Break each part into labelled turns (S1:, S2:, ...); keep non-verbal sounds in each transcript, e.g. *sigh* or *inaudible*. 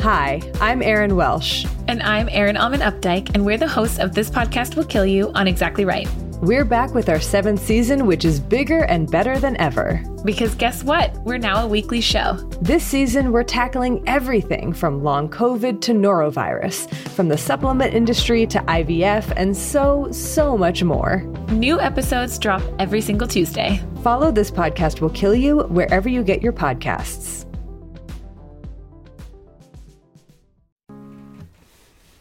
S1: Hi, I'm Erin Welsh.
S2: And I'm Erin Alman Updike, and we're the hosts of This Podcast Will Kill You on Exactly Right.
S1: We're back with our seventh season, which is bigger and better than ever.
S2: Because guess what? We're now a weekly show.
S1: This season, we're tackling everything from long COVID to norovirus, from the supplement industry to IVF, and so, so much more.
S2: New episodes drop every single Tuesday.
S1: Follow This Podcast Will Kill You wherever you get your podcasts.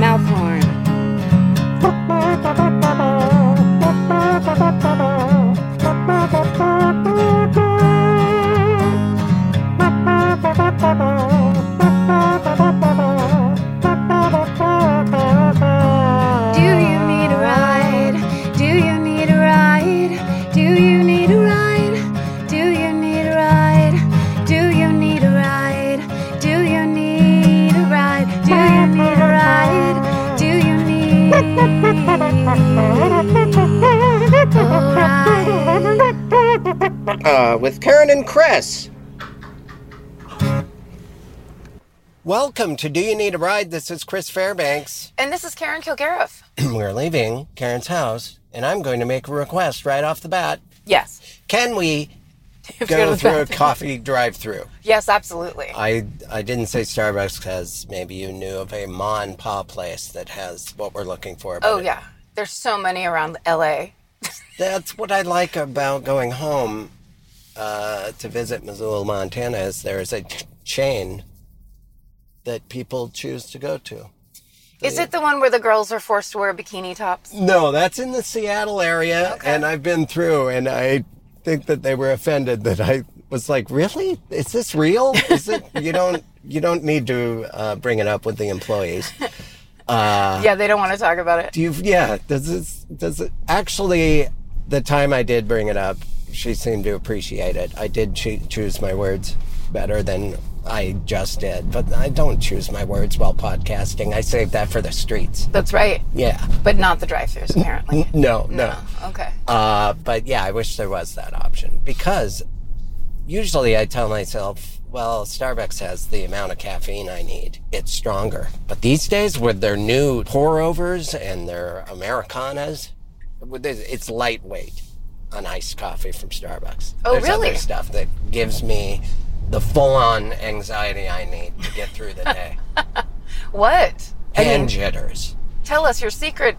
S3: Mouth horn. Do you need a ride? Do you need a ride? Do you need a ride? Do you need a ride? Do you need a ride? Do you need a ride? Do you need a ride? Do you need a ride?
S4: uh, with Karen and Chris. Welcome to Do You Need a Ride? This is Chris Fairbanks.
S5: And this is Karen Kilgariff.
S4: We're leaving Karen's house, and I'm going to make a request right off the bat.
S5: Yes.
S4: Can we
S5: *laughs* If you
S4: go
S5: to the
S4: through a
S5: bathroom.
S4: coffee drive through?
S5: Yes, absolutely.
S4: I, I didn't say Starbucks because maybe you knew of a ma and pa place that has what we're looking for. but
S5: oh, yeah. There's so many around LA.
S4: That's what I like about going home uh, to visit Missoula, Montana, is there is a ch- chain that people choose to go to.
S5: Is it the one where the girls are forced to wear bikini tops?
S4: No, that's in the Seattle area, and I've been through, and I think that they were offended that I was like, "Really? Is this real? Is it? you don't you don't need to uh, bring it up with the employees."
S5: yeah, they don't want to talk about it.
S4: Do you? Yeah. Does this? Does it actually? The time I did bring it up, she seemed to appreciate it. I did choo- choose my words better than I just did, but I don't choose my words while podcasting. I save that for the streets.
S5: That's right.
S4: Yeah.
S5: But not the drive thrus apparently.
S4: No. No.
S5: Okay.
S4: Uh, but yeah, I wish there was that option because usually I tell myself, well, Starbucks has the amount of caffeine I need. It's stronger. But these days, with their new pour overs and their Americanas, with this- it's lightweight on iced coffee from Starbucks.
S5: Oh,
S4: There's
S5: really?
S4: other stuff that gives me the full on anxiety I need to get through
S5: *laughs*
S4: the day
S5: What?
S4: and jitters.
S5: Tell us your secret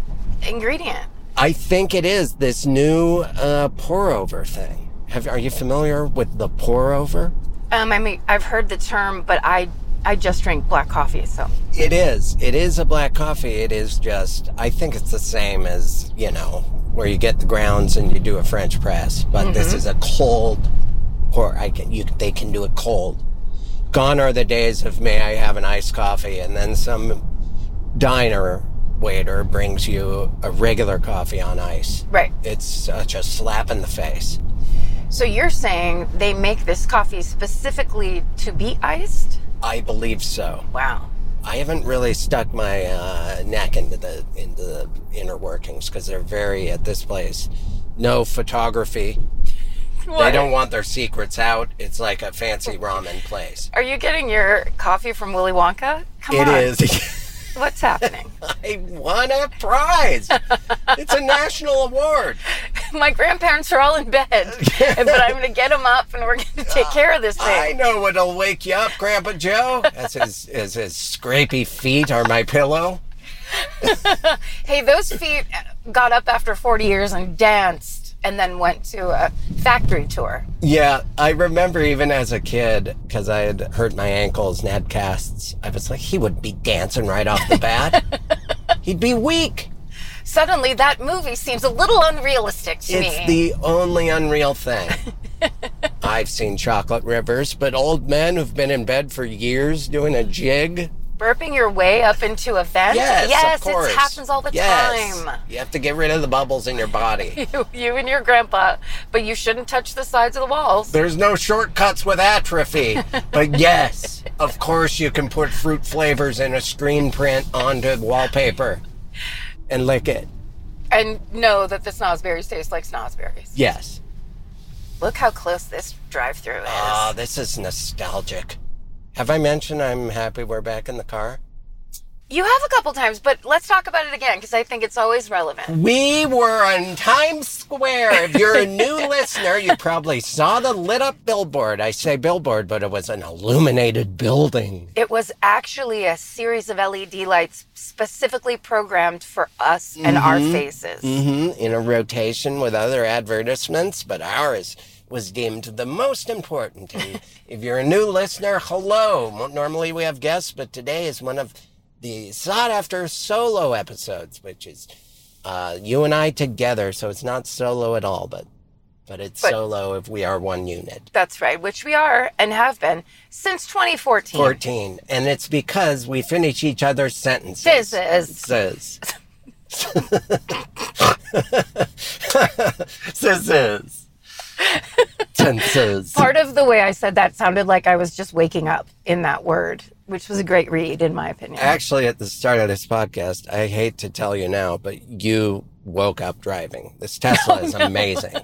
S5: ingredient.
S4: I think it is this new uh, pour over thing. Have, are you familiar with the pour over?
S5: Um, I mean, I've heard the term, but I I just drink black coffee, so
S4: It is. It is a black coffee. It is just, I think it's the same as, you know, where you get the grounds and you do a French press, but this is a cold pour. I can, you, they can do it cold. Gone are the days of may I have an iced coffee and then some diner waiter brings you a regular coffee on ice.
S5: right.
S4: It's such a slap in the face.
S5: So you're saying they make this coffee specifically to be iced?
S4: I believe so.
S5: Wow.
S4: I haven't really stuck my uh, neck into the into the inner workings because they're very at this place. No photography. They don't want their secrets out. It's like a fancy ramen place.
S5: Are you getting your coffee from Willy Wonka? Come
S4: It
S5: on.
S4: is. *laughs*
S5: What's happening?
S4: I won a prize. it's a national award.
S5: my grandparents are all
S4: *laughs*
S5: in bed, but I'm going to get them up and we're going to take care of this
S4: I
S5: thing.
S4: know what'll wake you up, Grandpa Joe. That's his, his, his scrapey feet are my pillow.
S5: Hey, those feet got up after 40 years and danced and then went to a factory tour.
S4: Yeah, I remember even as a kid, because I had hurt my ankles and had casts, I was like, he would be dancing right off the
S5: *laughs*
S4: bat. He'd be weak.
S5: Suddenly, that movie seems a little unrealistic to me.
S4: It's the only unreal thing.
S5: *laughs*
S4: I've seen chocolate rivers, but old men who've been in bed for years doing a jig.
S5: Burping your way up into a vent?
S4: Yes,
S5: yes
S4: of course.
S5: it happens all the
S4: Yes.
S5: time. *laughs*
S4: You have to get rid of the bubbles in your body.
S5: You, you and your grandpa, but you shouldn't touch the sides of the walls.
S4: There's no shortcuts with atrophy. But yes, of course you can put fruit flavors in a screen print onto wallpaper and lick it.
S5: And know that the snozberries taste like snozberries.
S4: Yes.
S5: Look how close this drive through is.
S4: Ah, this is nostalgic. Have I mentioned I'm happy we're back in the car?
S5: you have a couple times, but let's talk about it again because I think it's always relevant.
S4: We were on Times Square. If you're a new listener, you probably saw the lit up billboard. I say billboard, but it was an illuminated building.
S5: It was actually a series of LED lights specifically programmed for us and our faces.
S4: hmm in a rotation with other advertisements, but ours was deemed the most important.
S5: *laughs*
S4: And if you're a new listener, hello. Normally we have guests, but today is one of the sought after solo episodes, which is uh, you and I together. So it's not solo at all, but but it's
S5: But-
S4: solo if we are one unit.
S5: That's right, which we are and have been since 2014.
S4: 14. And it's because we finish each other's sentences.
S5: This is
S4: Says.
S5: *laughs*
S4: Scissors. Tenses.
S5: part of the way I said that sounded like I was just waking up in that word, which was a great read, in my opinion.
S4: Actually, at the start of this podcast, I hate to tell you now, but you woke up driving. This
S5: *laughs*
S4: Tesla is amazing.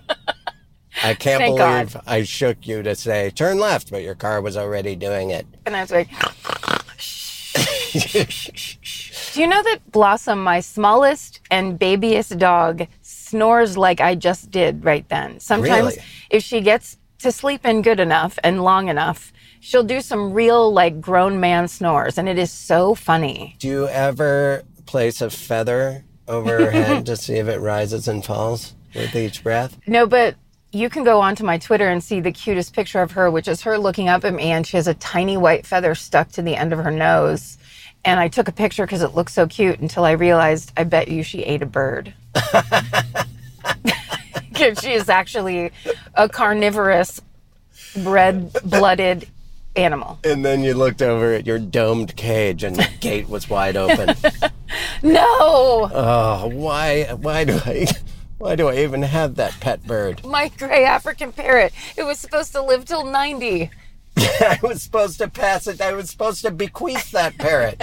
S4: I can't
S5: Oh, Thank
S4: believe
S5: God.
S4: I shook you to say turn left, but your car was already doing it.
S5: And I was like, Do you know that Blossom, my smallest and babyest dog, snores like I just did right then? Sometimes,
S4: Really?
S5: if she gets to sleep in good enough and long enough, she'll do some real, like, grown man snores. And it is so funny.
S4: Do you ever place a feather over her
S5: *laughs*
S4: head to see if it rises and falls with each breath?
S5: No, but you can go onto my Twitter and see the cutest picture of her, which is her looking up at me, and she has a tiny white feather stuck to the end of her nose. And I took a picture because it looked so cute until I realized I bet you she ate a bird. *laughs* 'Cause she is actually a carnivorous, red blooded animal.
S4: And then you looked over at your domed cage and
S5: *laughs*
S4: the gate was wide open.
S5: No!
S4: oh, why why do I why do I even have that pet bird?
S5: my gray African parrot. It was supposed to live till 90.
S4: I was supposed to pass it. I was supposed to bequeath that parrot.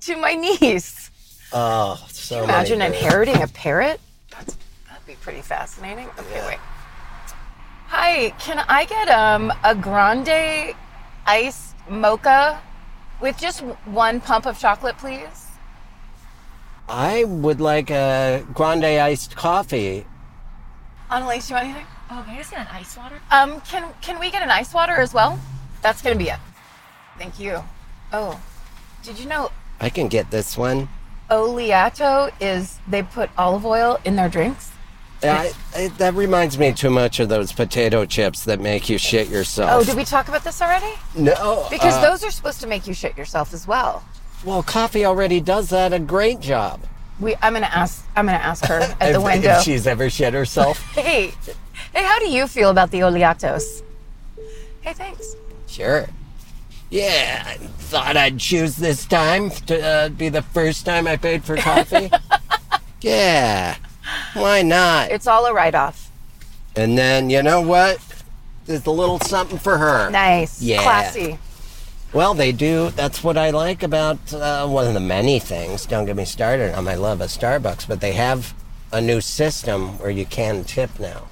S5: To my niece.
S4: Oh, so many
S5: Imagine
S4: birds.
S5: inheriting a parrot. That's, that'd be pretty fascinating. Okay, wait. Hi, can I get um, a grande iced mocha with just one pump of chocolate, please?
S4: I would like a grande iced coffee.
S5: Annalise, you want anything?
S2: Oh, can I just get an ice water?
S5: Um, can can we get an ice water as well? That's gonna be it. Thank you. Oh, did you know
S4: I can get this one.
S5: Oleato is they put olive oil in their drinks?
S4: I, I, that reminds me too much of those potato chips that make you shit
S5: Oh,
S4: yourself.
S5: did we talk about this already?
S4: no,
S5: Because
S4: uh,
S5: those are supposed to make you shit yourself as well.
S4: Well, coffee already does that a great job.
S5: We, I'm gonna ask. I'm gonna ask her at
S4: *laughs* If-
S5: the window.
S4: If she's ever shit herself.
S5: hey, hey, how do you feel about the Oleatos? Hey, thanks.
S4: sure. Yeah, I thought I'd choose this time to uh, be the first time I paid for coffee. yeah, why not?
S5: It's all a write-off.
S4: And then, you know what? There's a little something for her.
S5: Nice.
S4: Yeah.
S5: Classy.
S4: Well, they do. That's what I like about uh, one of the many things. Don't get me started on my love of Starbucks, but they have a new system where you can tip now.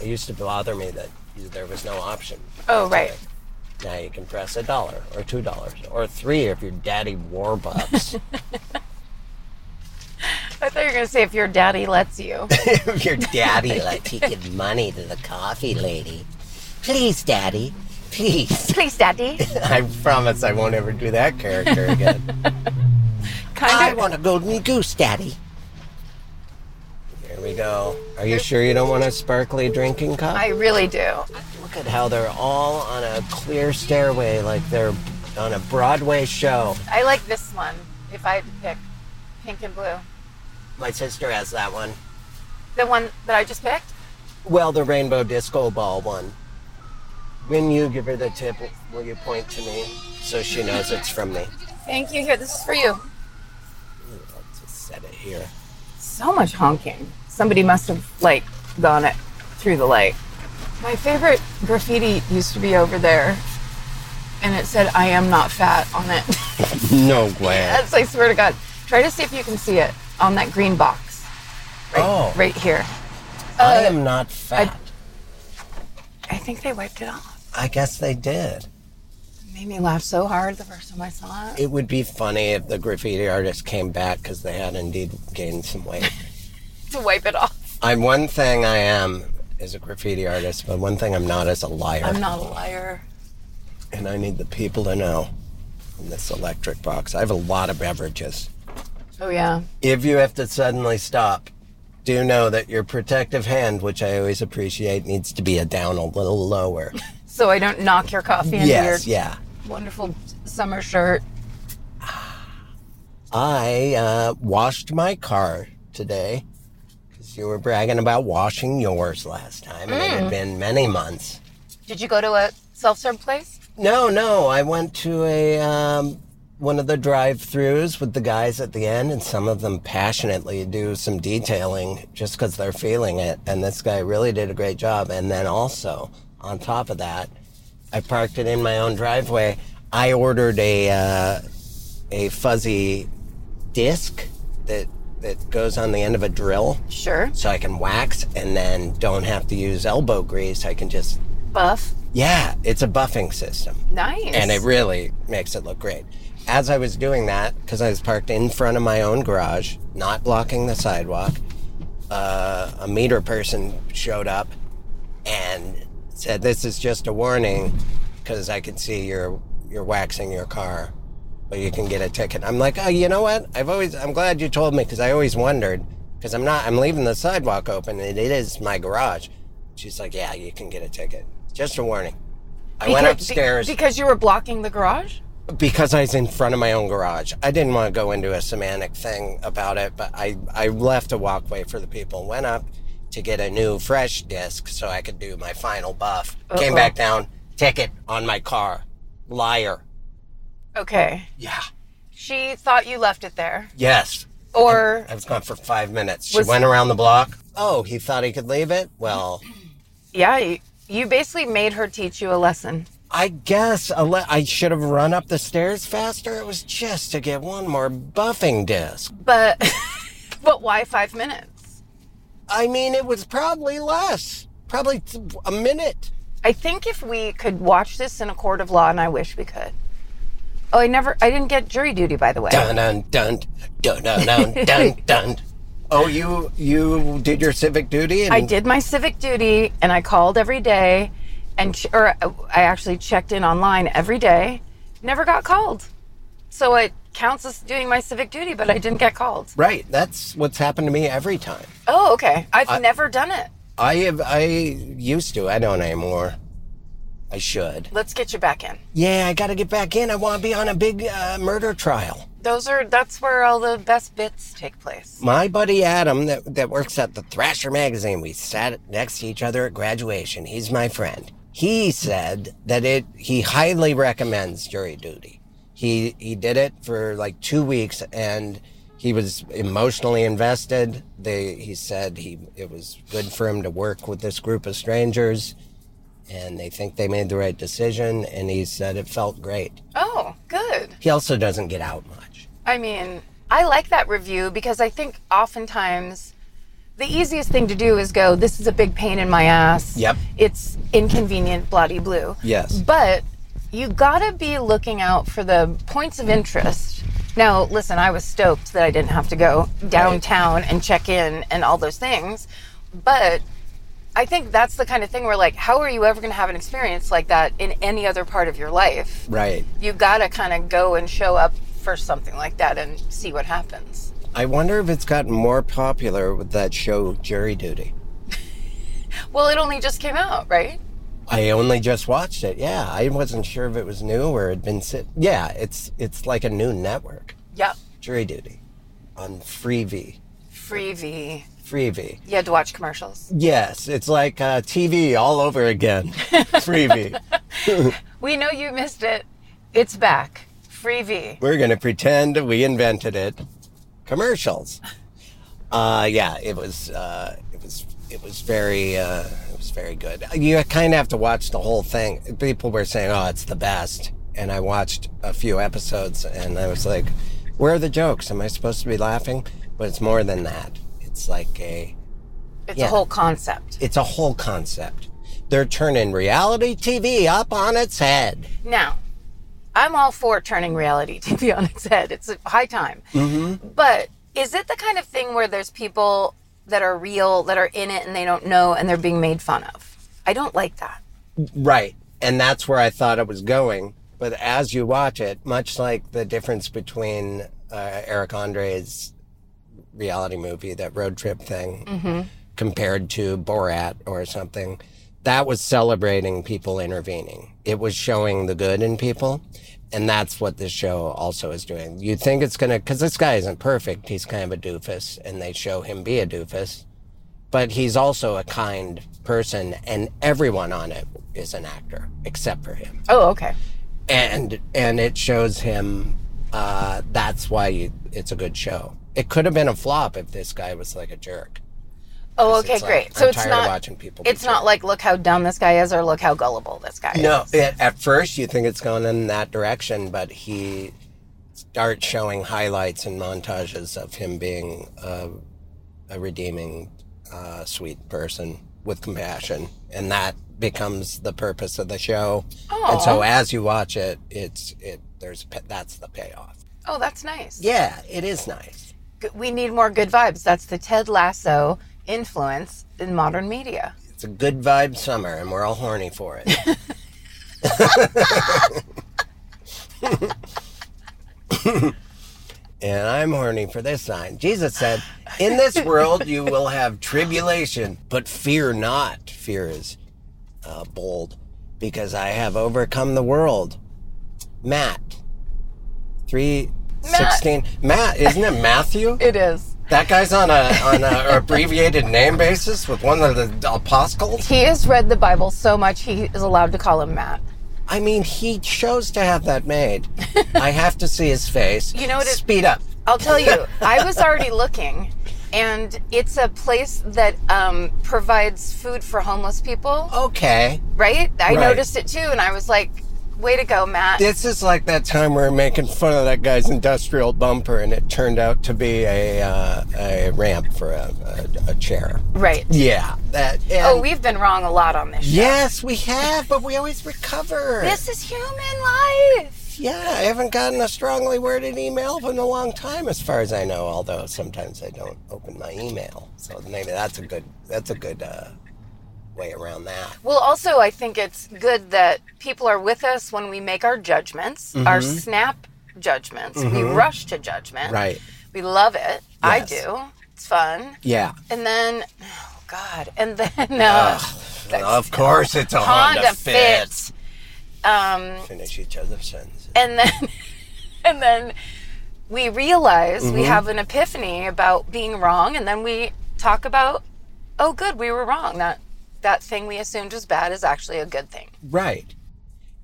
S4: It used to bother me that there was no option.
S5: Oh, right.
S4: Now you can press a dollar or two dollars or three if your daddy warbucks.
S5: I thought you were going to say if your daddy
S4: *laughs*
S5: lets you.
S4: Your daddy like he give money to the coffee lady. Please, daddy. Please.
S5: Please, daddy.
S4: I promise I won't ever do that character again. I
S5: Kind of.
S4: want a golden goose, daddy. There we go. Are you sure you don't want a sparkly drinking cup?
S5: I really do.
S4: Look at how they're all on a clear stairway like they're on a Broadway show.
S5: I like this one if I had to pick pink and blue.
S4: My sister has that one.
S5: The one that I just picked?
S4: Well, the rainbow disco ball one. When you give her the tip, will you point to me so she knows it's from me?
S5: Thank you. Here, this is for you.
S4: I'll just set it here.
S5: So much honking. Somebody must have, like, gone it through the light. My favorite graffiti used to be over there, and it said, I am not fat on it. *laughs*
S4: No way.
S5: That's, I swear to God. Try to see if you can see it on that green box
S4: oh,
S5: right here.
S4: I am not fat.
S5: I think they wiped it off.
S4: I guess they did.
S5: It made me laugh so hard the first time I saw it.
S4: It would be funny if the graffiti artist came back because they had indeed gained some *laughs* weight.
S5: To wipe it off.
S4: I'm one thing I am is a graffiti artist, but one thing I'm not is a liar.
S5: I'm not a liar.
S4: and I need the people to know in this electric box. I have a lot of beverages.
S5: Oh, yeah.
S4: If you have to suddenly stop, do know that your protective hand, which I always appreciate, needs to be a down a little lower.
S5: So I don't knock your coffee into
S4: yes,
S5: your
S4: yeah.
S5: wonderful summer shirt.
S4: I uh, washed my car today because you were bragging about washing yours last time, and it had been many months.
S5: Did you go to a self-serve place?
S4: No, no. I went to a um, one of the drive-throughs with the guys at the end, and some of them passionately do some detailing just because they're feeling it. And this guy really did a great job. And then also on top of that, I parked it in my own driveway. I ordered a uh, a fuzzy disc that that goes on the end of a drill,
S5: Sure.
S4: so I can wax and then don't have to use elbow grease. I can just
S5: Buff.
S4: yeah, it's a buffing system
S5: Nice.
S4: and it really makes it look great. As I was doing that, because I was parked in front of my own garage, not blocking the sidewalk, uh, a meter person showed up and said, "This is just a warning, because I can see you're you're waxing your car, but you can get a ticket." I'm like, "Oh, you know what? I've always I'm glad you told me, because I always wondered, because I'm not I'm leaving the sidewalk open, and it is my garage." She's like, "Yeah, you can get a ticket. Just a warning." I went
S5: Because- be-
S4: upstairs
S5: because you were blocking the garage.
S4: because I was in front of my own garage. I didn't want to go into a semantic thing about it, but I, I left a walkway for the people, went up to get a new fresh disc so I could do my final buff. Came back down, ticket on my car. Liar.
S5: Okay.
S4: Yeah.
S5: She thought you left it there,
S4: Yes.
S5: or
S4: I was gone for five minutes. She
S5: Was-
S4: went around the block. Oh, he thought he could leave it? Well,
S5: yeah, you, you basically made her teach you a lesson.
S4: I guess a le- I should have run up the stairs faster. It was just to get one more buffing disc.
S5: But, *laughs* but why five minutes?
S4: I mean, it was probably less, probably t- a minute.
S5: I think if we could watch this in a court of law, and I wish we could. Oh, I never. I didn't get jury duty, by the way.
S4: Dun dun dun dun dun *laughs* dun dun. dun. Oh, you you did your civic duty, and
S5: I did my civic duty and I called every day and ch- or uh, I actually checked in online every day. Never got called. So it counts as doing my civic duty, but I didn't get called.
S4: right. That's what's happened to me every time.
S5: Oh, okay. I've never done it.
S4: I have I used to. I don't anymore. I should.
S5: Let's get you back in.
S4: Yeah, I got to get back in. I want to be on a big uh, murder trial.
S5: Those are that's where all the best bits take place.
S4: My buddy Adam, that, that works at the Thrasher magazine, we sat next to each other at graduation. He's my friend. He said that it he highly recommends jury duty. He he did it for like two weeks and he was emotionally invested. They he said he it was good for him to work with this group of strangers and they think they made the right decision and he said it felt great.
S5: Oh, good.
S4: He also doesn't get out much.
S5: I mean, I like that review because I think oftentimes the easiest thing to do is go, this is a big pain in my ass.
S4: Yep.
S5: It's inconvenient, bloody blue.
S4: Yes.
S5: But you gotta be looking out for the points of interest Now, listen, I was stoked that I didn't have to go downtown and check in and all those things. But I think that's the kind of thing where, like, how are you ever going to have an experience like that in any other part of your life?
S4: Right.
S5: You got to kind of go and show up for something like that and see what happens.
S4: I wonder if it's gotten more popular with that show Jury Duty.
S5: Well, it only just came out, right?
S4: I only just watched it. Yeah, I wasn't sure if it was new or had been sit. Yeah, it's it's like a new network.
S5: Yep.
S4: Jury Duty on Freevee.
S5: Freebie.
S4: Freevee.
S5: You had to watch commercials.
S4: Yes, it's like uh, TV all over again. Freevee.
S5: We know you missed it. It's back. Freebie.
S4: We're going to pretend we invented it. Commercials. Uh, yeah, it was. Uh, it was. It was very. Uh, it was very good. You kind of have to watch the whole thing. People were saying, "Oh, it's the best," and I watched a few episodes, and I was like, "Where are the jokes? Am I supposed to be laughing?" But it's more than that. It's like a.
S5: It's
S4: Yeah.
S5: a whole concept.
S4: It's a whole concept. They're turning reality TV up on its head.
S5: Now, I'm all for turning reality *laughs* TV on its head. It's high time.
S4: Mm-hmm.
S5: But is it the kind of thing where there's people that are real, that are in it, and they don't know, and they're being made fun of? I don't like that.
S4: Right. And that's where I thought it was going. But as you watch it, much like the difference between uh, Eric Andre's reality movie, that road trip thing, compared to Borat or something, that was celebrating people intervening. It was showing the good in people. And that's what this show also is doing. You think it's going to, because this guy isn't perfect. He's kind of a doofus, and they show him be a doofus but he's also a kind person and everyone on it is an actor except for him
S5: Oh, okay.
S4: and and it shows him uh, that's why you, it's a good show it could have been a flop if this guy was like a jerk
S5: Oh, okay,
S4: It's like,
S5: great.
S4: I'm
S5: so it's
S4: tired
S5: not
S4: of watching people be
S5: It's not like look how dumb this guy is or look how gullible this guy is.
S4: No, it, at first you think it's going in that direction, but he starts showing highlights and montages of him being a, a redeeming, uh, sweet person with compassion, and that becomes the purpose of the show. And so, as you watch it, it's it there's pa- that's the payoff.
S5: Oh, that's nice.
S4: Yeah, it is nice.
S5: G- We need more good vibes. That's the Ted Lasso influence in modern media.
S4: It's a good vibe summer, and we're all horny for it. *laughs* and I'm horny for this sign. Jesus said, In this world you will have tribulation, but fear not. Fear is uh, bold, because I have overcome the world. Matt. 316. Matt, isn't it Matthew?
S5: It is.
S4: That guy's on a on a abbreviated name basis with one of the apostles.
S5: He has read the Bible so much he is allowed to call him Matt.
S4: I mean, he chose to have that
S5: *laughs*
S4: made. I have to see his face.
S5: You know what it-
S4: Speed up.
S5: I'll tell you, I was already looking, and it's a place that um, provides food for homeless people,
S4: Okay.
S5: right? I
S4: Right.
S5: noticed it too, and I was like, way to go, Matt.
S4: This is like that time we are making fun of that guy's industrial bumper, and it turned out to be a uh, a ramp for a, a, a chair.
S5: right.
S4: Yeah. That.
S5: Oh,
S4: and-
S5: we've been wrong a lot on this.
S4: Yes, we have, but we always recover.
S5: This is human life.
S4: Yeah, I haven't gotten a strongly worded email in a long time, as far as I know. Although sometimes I don't open my email, so maybe that's a good that's a good uh, way around that.
S5: Well, also, I think it's good that people are with us when we make our judgments, our
S4: Mm-hmm.
S5: snap judgments. We rush to judgment.
S4: Right.
S5: We love it. I
S4: Yes.
S5: do. It's fun.
S4: Yeah.
S5: And then, oh, God. And then, uh,
S4: of course, it's a Honda,
S5: Honda
S4: Fit.
S5: Fit. Um,
S4: Finish each other's sentences.
S5: and then, *laughs* and then we realize
S4: Mm-hmm.
S5: we have an epiphany about being wrong. And then we talk about, oh, good, we were wrong. That, that thing we assumed was bad is actually a good thing.
S4: Right.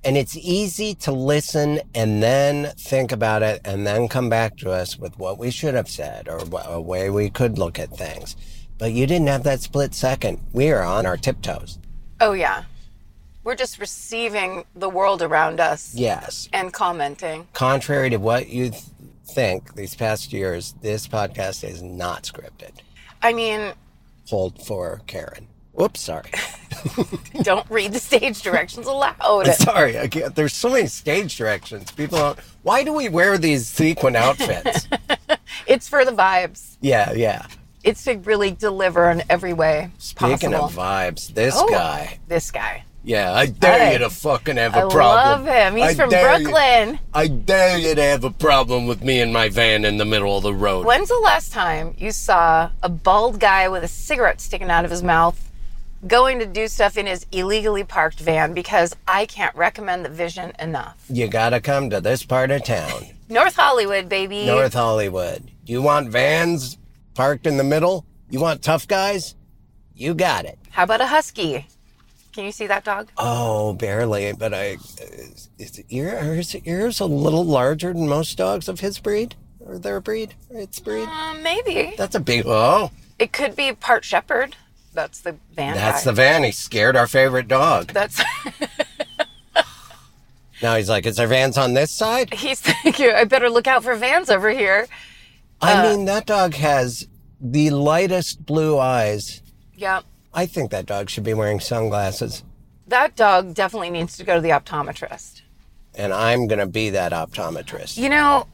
S4: And it's easy to listen and then think about it and then come back to us with what we should have said or wh- a way we could look at things. But you didn't have that split second. We are on our tiptoes.
S5: Oh yeah. We're just receiving the world around us
S4: Yes.
S5: and commenting.
S4: Contrary to what you th- think these past years, this podcast is not scripted.
S5: I mean, *laughs*
S4: Hold for Karen. Whoops, sorry. *laughs*
S5: Don't read the stage directions *laughs* aloud.
S4: Sorry, I can't. There's so many stage directions. People don't. Why do we wear these sequin
S5: *laughs*
S4: outfits?
S5: It's for the vibes.
S4: yeah, yeah.
S5: It's to really deliver in every way
S4: Speaking
S5: possible.
S4: of vibes, this
S5: Oh,
S4: guy.
S5: This guy.
S4: Yeah, I dare
S5: Hey.
S4: you to fucking have
S5: I
S4: a problem.
S5: love him. He's
S4: I
S5: from
S4: dare you-
S5: Brooklyn.
S4: I dare you to have a problem with me and my van in the middle of the road.
S5: When's the last time you saw a bald guy with a cigarette sticking out of his mouth going to do stuff in his illegally parked van? Because I can't recommend the vision enough.
S4: You gotta come to this part of town,
S5: *laughs* North Hollywood, baby.
S4: North Hollywood. You want vans parked in the middle? You want tough guys? You got it.
S5: How about a husky? Can you see that dog?
S4: Oh, barely. But I, is, is the ear are his ears a little larger than most dogs of his breed or their breed or its breed?
S5: Uh, maybe.
S4: That's a big. Oh,
S5: It could be part shepherd. That's the van.
S4: that's
S5: guy.
S4: the van. He scared our favorite dog.
S5: That's *laughs*
S4: Now he's like, is there vans on this side?
S5: he's thinking. I better look out for vans over here. Uh,
S4: I mean, that dog has the lightest blue eyes.
S5: Yeah,
S4: I think that dog should be wearing sunglasses.
S5: that dog definitely needs to go to the optometrist.
S4: And I'm going to be that optometrist.
S5: You know,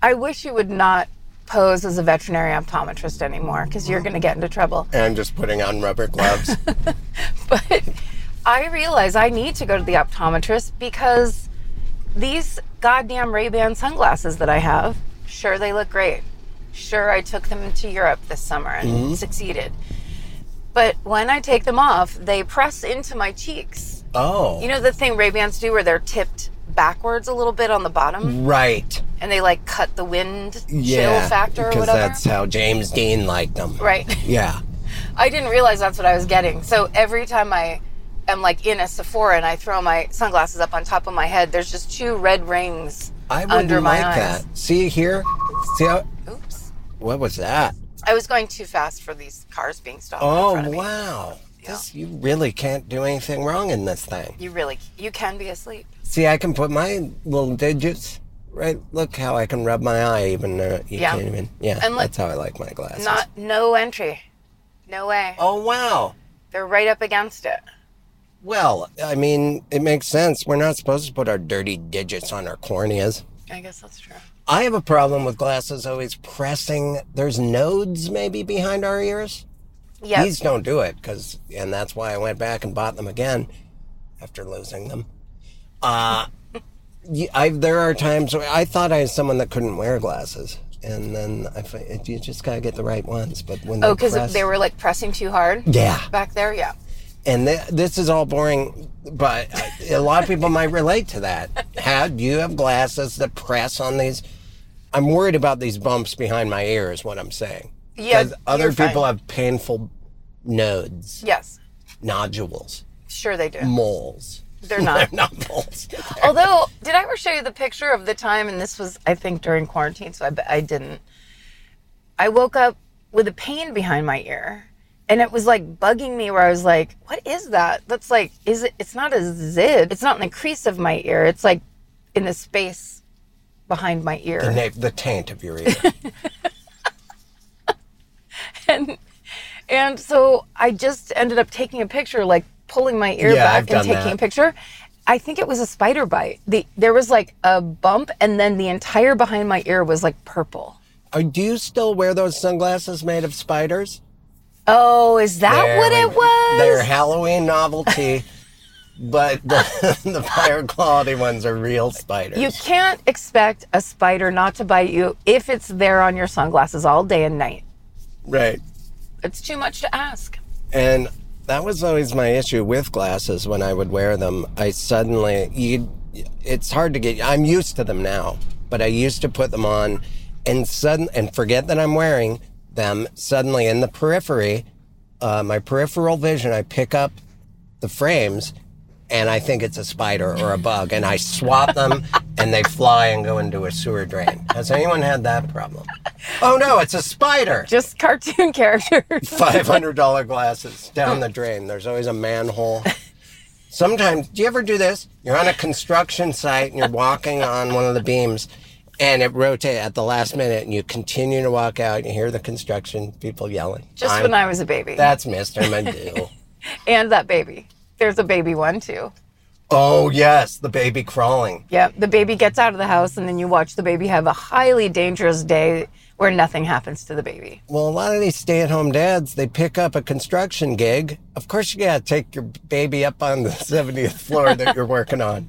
S5: I wish you would not pose as a veterinary optometrist anymore because you're going to get into trouble. *laughs*
S4: And I'm just putting on rubber gloves.
S5: But I realize I need to go to the optometrist because these goddamn Ray-Ban sunglasses that I have, sure they look great. Sure I took them to Europe this summer and
S4: Mm-hmm.
S5: succeeded. But when I take them off, they press into my cheeks.
S4: oh,
S5: You know the thing Ray-Bans do where they're tipped backwards a little bit on the bottom
S4: right.
S5: and they like cut the wind
S4: Mm-hmm. Yeah.
S5: chill factor or
S4: Because
S5: whatever.
S4: that's how James Dean liked them.
S5: Right.
S4: Yeah.
S5: I didn't realize that's what I was getting. So every time I am like in a Sephora and I throw my sunglasses up on top of my head, there's just two red rings
S4: I wouldn't
S5: under my
S4: like
S5: eyes.
S4: that. See here? See how,
S5: Oops.
S4: what was that?
S5: I was going too fast for these cars being stopped. in front
S4: Oh,
S5: of me.
S4: wow. This, you really can't do anything wrong in this thing.
S5: You really you can be asleep.
S4: See, I can put my little digits right. Look how I can rub my eye, even though you
S5: Yeah.
S4: can't even. Yeah,
S5: And look-
S4: that's how I like my glasses.
S5: Not no entry. No way.
S4: oh wow.
S5: They're right up against it.
S4: Well, I mean, it makes sense. We're not supposed to put our dirty digits on our corneas.
S5: I guess that's true.
S4: I have a problem with glasses always pressing. There's nodes maybe behind our ears.
S5: Yeah.
S4: These don't do it because, and that's why I went back and bought them again after losing them. Uh, y- I, there are times where I thought I was someone that couldn't wear glasses, and then I, fi- it- you just gotta get the right ones. But when
S5: Oh,
S4: they
S5: because
S4: press,
S5: they were like pressing too hard
S4: yeah,
S5: back there. Yeah.
S4: and th- this is all boring, but uh, a lot of people might relate to that. How do you have glasses that press on these? I'm worried about these bumps behind my ear. Is what I'm saying.
S5: Yeah,
S4: 'Cause other
S5: you're fine.
S4: people have painful nodes
S5: Yes.
S4: nodules,
S5: Sure they do.
S4: moles. *laughs*
S5: They're not.
S4: Not moles.
S5: *laughs* Although, did I ever show you the picture of the time? And this was, I think, during quarantine, so I, bet I didn't. I woke up with a pain behind my ear, and it was like bugging me. Where I was like, "What is that? That's like, is it? It's not a zid. It's not in the crease of my ear. It's like in the space behind my ear."
S4: Na- the taint of your ear.
S5: and and so I just ended up taking a picture, like pulling my ear
S4: Yeah,
S5: back
S4: I've
S5: and
S4: done
S5: taking
S4: that.
S5: a picture. I think it was a spider bite. The, there was like a bump, and then the entire behind my ear was like purple.
S4: Are, do you still wear those sunglasses made of spiders?
S5: Oh, is that
S4: There
S5: what
S4: we-
S5: it was?
S4: They're Halloween novelty, but the, *laughs* the higher quality ones are real spiders.
S5: You can't expect a spider not to bite you if it's there on your sunglasses all day and night.
S4: right.
S5: It's too much to ask.
S4: And that was always my issue with glasses when I would wear them. I suddenly, you, it's hard to get, I'm used to them now, but I used to put them on and sudden and forget that I'm wearing them. Suddenly in the periphery, uh, my peripheral vision, I pick up the frames and I think it's a spider or a bug and I swap them and they fly and go into a sewer drain. Has anyone had that problem? Oh no, it's a spider.
S5: Just cartoon *laughs* characters.
S4: five hundred dollar glasses down the drain. There's always a manhole. Sometimes, do you ever do this? You're on a construction site and you're walking on one of the beams, and it rotates at the last minute, and you continue to walk out. And you hear the construction people yelling.
S5: Just
S4: I'm-
S5: when I was a baby.
S4: That's Mister Magoo.
S5: and that baby. There's a baby one too.
S4: Oh, yes, the baby crawling.
S5: Yep. The baby gets out of the house, and then you watch the baby have a highly dangerous day where nothing happens to the baby.
S4: Well, a lot of these stay at home dads, they pick up a construction gig. Of course, you gotta take your baby up on the 70th floor that you're working on,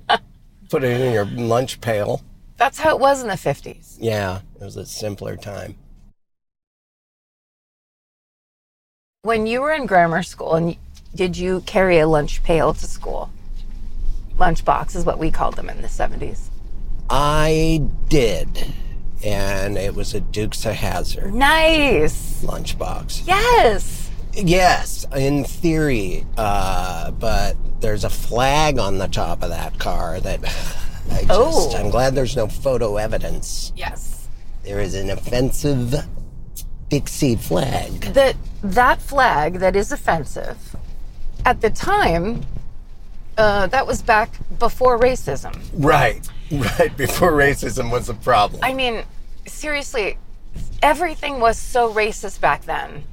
S4: put it in your lunch pail.
S5: That's how it was in the 50s.
S4: Yeah, it was a simpler time.
S5: When you were in grammar school, and y- did you carry a lunch pail to school? Lunchbox is what we called them in the 70s.
S4: I did, and it was a Dukes of Hazard
S5: Nice.
S4: lunchbox.
S5: Yes.
S4: Yes, in theory, uh, but there's a flag on the top of that car that *laughs* I just,
S5: Oh.
S4: I'm glad there's no photo evidence.
S5: Yes.
S4: There is an offensive Dixie flag.
S5: That that flag that is offensive. At the time, uh, that was back before racism.
S4: Right, *laughs* right before racism was a problem.
S5: I mean, seriously, everything was so racist back then.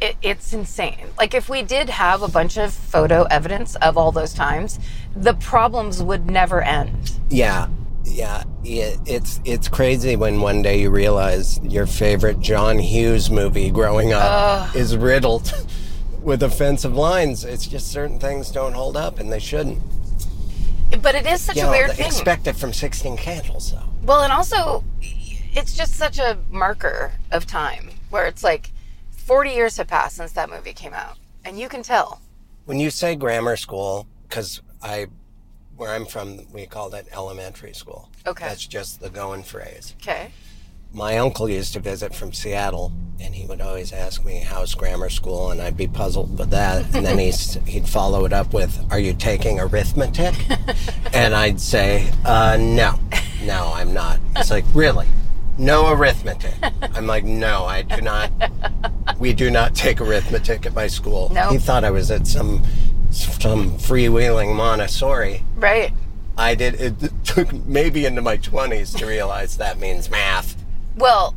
S5: It, it's insane. Like, if we did have a bunch of photo evidence of all those times, the problems would never end.
S4: yeah, yeah, it, it's it's crazy when one day you realize your favorite John Hughes movie growing up is riddled *laughs* with offensive lines. It's just certain things don't hold up and they shouldn't.
S5: But it is such
S4: You
S5: a
S4: know,
S5: weird
S4: they
S5: thing.
S4: expect it from 16 Candles though.
S5: well, and also, it's just such a marker of time where it's like 40 years have passed since that movie came out. And you can tell.
S4: When you say grammar school, because I, where I'm from, we called it elementary school.
S5: Okay.
S4: That's just the going phrase.
S5: Okay.
S4: My uncle used to visit from Seattle, and he would always ask me, How's grammar school? And I'd be puzzled with that. And then he's, he'd follow it up with, Are you taking arithmetic? and I'd say, uh, No, no, I'm not. It's like, Really? No arithmetic. I'm like, No, I do not. We do not take arithmetic at my school.
S5: No.
S4: He thought I was at some some freewheeling Montessori.
S5: Right.
S4: I did. It took maybe into my 20s to realize that means math.
S5: Well,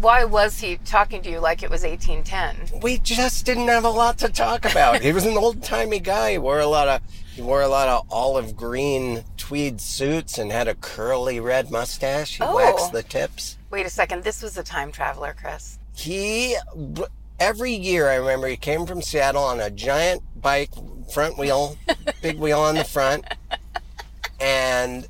S5: why was he talking to you like it was 1810?
S4: we just didn't have a lot to talk about. he was an old timey guy. He wore a lot of he wore a lot of olive green tweed suits and had a curly red mustache. He waxed the tips.
S5: Wait a second. This was a time traveler, Chris.
S4: He every year I remember he came from Seattle on a giant bike, front wheel, big wheel on the front, and.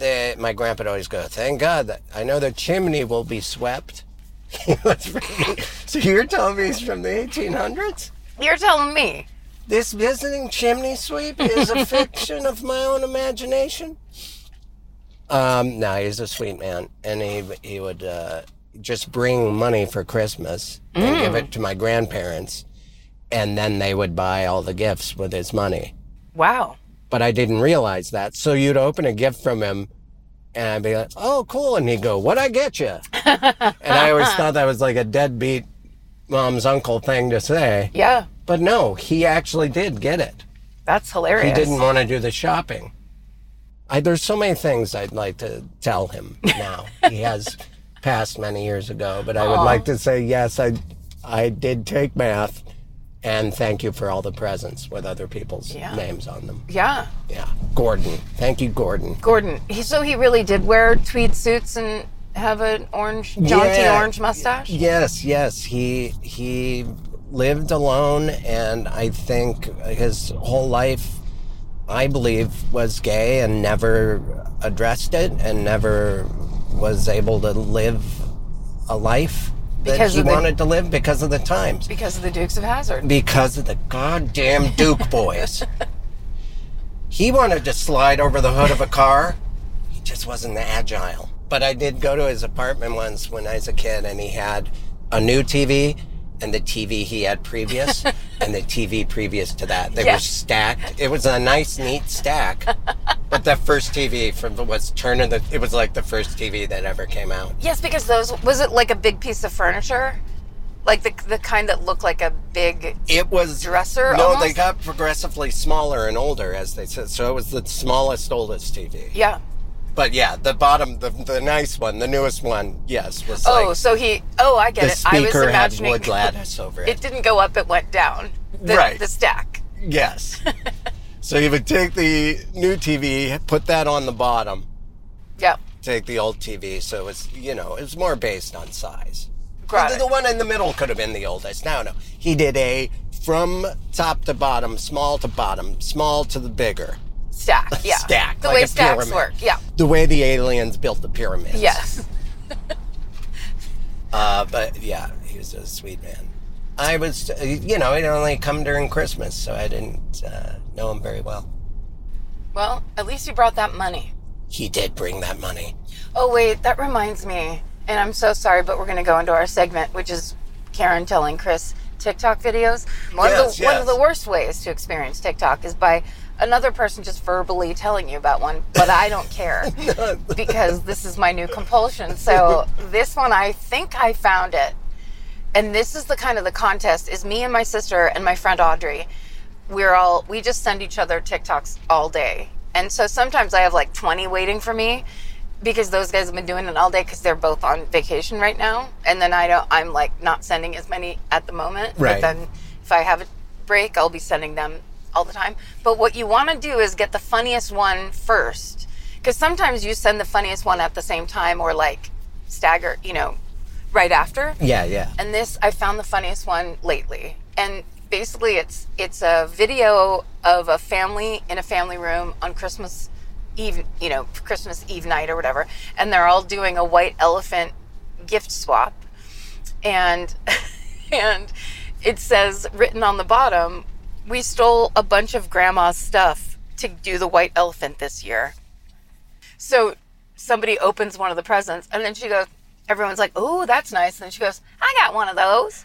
S4: The, my grandpa would always go, Thank God that I know the chimney will be swept. *laughs* He was pretty- so you're telling me he's from the 1800s?
S5: You're telling me.
S4: This visiting chimney sweep is a fiction of my own imagination. Um, no, he's a sweet man, and he he would uh, just bring money for Christmas and give it to my grandparents, and then they would buy all the gifts with his money.
S5: Wow.
S4: But I didn't realize that, so you'd open a gift from him, and I'd be like, "Oh, cool," and he'd go, "What I get you?" and I always thought that was like a deadbeat mom's uncle thing to say.
S5: Yeah.
S4: But no, he actually did get it.
S5: That's hilarious.
S4: He didn't want to do the shopping. I, there's so many things I'd like to tell him now. he has passed many years ago, but I would like to say yes, I, I did take math, and thank you for all the presents with other people's
S5: Yeah.
S4: names on them.
S5: Yeah.
S4: Yeah, Gordon. Thank you, Gordon.
S5: Gordon. He, so he really did wear tweed suits and have an orange, jaunty
S4: Yeah.
S5: orange mustache?
S4: Yes, yes. He he lived alone, and I think his whole life, I believe, was gay, and never addressed it, and never was able to live a life that
S5: Because
S4: he
S5: of the-
S4: wanted to live because of the times,
S5: Because of the Dukes of Hazard.
S4: because of the goddamn Duke boys. He wanted to slide over the hood of a car. He just wasn't agile. But I did go to his apartment once when I was a kid, and he had a new TV and the TV he had previous and the TV previous to that. They were stacked. It was a nice, neat stack. but the first TV from was turning the. It was like the first TV that ever came out.
S5: Yes, because those was it like a big piece of furniture? Like the the kind that looked like a big
S4: It was
S5: Dresser
S4: No, they
S5: almost?
S4: got progressively smaller and older, as they said. So it was the smallest, oldest TV.
S5: Yeah.
S4: But yeah, the bottom, the, the nice one, the newest one, yes, was
S5: Oh,
S4: like
S5: so *laughs* he Oh, I get
S4: the
S5: it. I was
S4: speaker had
S5: imagining *laughs*
S4: wood lattice over it.
S5: it didn't go up, it went down. The,
S4: Right.
S5: the stack.
S4: Yes. so you would take the new TV, put that on the bottom,
S5: Yep.
S4: take the old TV. So it's you know it's more based on size.
S5: Got
S4: the,
S5: it.
S4: the one in the middle could have been the oldest. Now no, he did a from top to bottom, small to bottom, small to the bigger
S5: Stack.
S4: *laughs*
S5: Yeah.
S4: stack.
S5: The
S4: like
S5: way
S4: a
S5: stacks
S4: pyramid.
S5: work. Yeah.
S4: The way the aliens built the pyramids.
S5: Yes. *laughs*
S4: Uh, but yeah, he was a sweet man. I was, uh, you know, he'd only come during Christmas, so I didn't uh, know him very well.
S5: Well, at least you brought that money.
S4: He did bring that money.
S5: Oh wait, that reminds me. And I'm so sorry, but we're gonna go into our segment, which is Karen telling Chris TikTok videos. One of
S4: Yes,
S5: the one of
S4: yes.
S5: the worst ways to experience TikTok is by another person just verbally telling you about one, but I don't care
S4: *laughs*
S5: because this is my new compulsion. So this one I think I found it. And this is the kind of the contest is me and my sister and my friend Audrey. We're all we just send each other TikToks all day. And so sometimes I have like 20 waiting for me because those guys have been doing it all day because they're both on vacation right now. And then I don't, I'm like not sending as many at the moment. But
S4: Right.
S5: then if I have a break, I'll be sending them all the time. But what you want to do is get the funniest one first. Because sometimes you send the funniest one at the same time or like stagger, you know, right after
S4: Yeah, yeah.
S5: and this I found the funniest one lately. And basically, it's it's a video of a family in a family room on Christmas Eve, you know, Christmas Eve night or whatever, and they're all doing a white elephant gift swap, and *laughs* and it says written on the bottom, we stole a bunch of grandma's stuff to do the white elephant this year. So somebody opens one of the presents, and then she goes, everyone's like, oh, that's nice. And then she goes, I got one of those.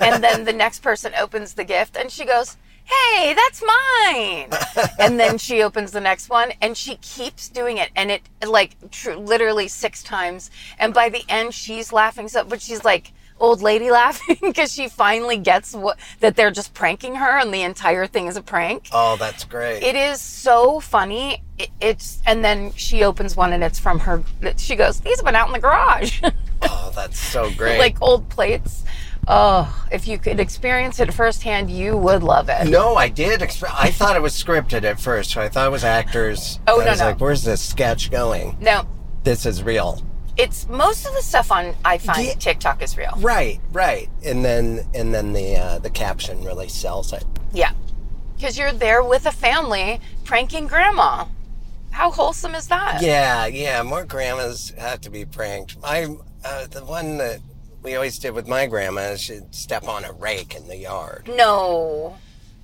S5: and then the next person opens the gift, and she goes, hey, that's mine. and then she opens the next one, and she keeps doing it. And it, like, tr- literally six times. And by the end, she's laughing so, but she's like, old lady *laughs* laughing because she finally gets what that they're just pranking her and the entire thing is a prank
S4: Oh, that's great.
S5: it is so funny. It, it's and then she opens one and it's from her. She goes, "These have been out in the garage, *laughs*
S4: oh, that's so great.
S5: like old plates." Oh, if you could experience it firsthand, you would love it.
S4: no, I did. Exp- I thought it was scripted at first, so I thought it was actors.
S5: Oh,
S4: I
S5: no,
S4: was
S5: no.
S4: like, where's this sketch going?
S5: No,
S4: This is real.
S5: it's most of the stuff on I find
S4: Yeah.
S5: TikTok is real.
S4: Right, right. And then and then the uh, the caption really sells it.
S5: Yeah, because you're there with a family pranking grandma. How wholesome is that?
S4: Yeah, yeah. More grandmas have to be pranked. I uh, the one that we always did with my grandma is she'd step on a rake in the yard.
S5: No,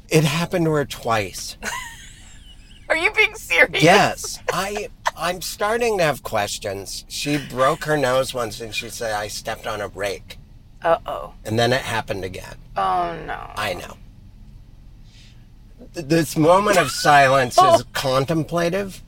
S4: It happened to her twice.
S5: are you being serious?
S4: Yes, *laughs* I I'm starting to have questions. She broke her nose once, and she said I stepped on a rake,
S5: Uh oh.
S4: and then it happened again.
S5: Oh no.
S4: I know. Th- This moment of silence
S5: *laughs* Oh.
S4: is contemplative,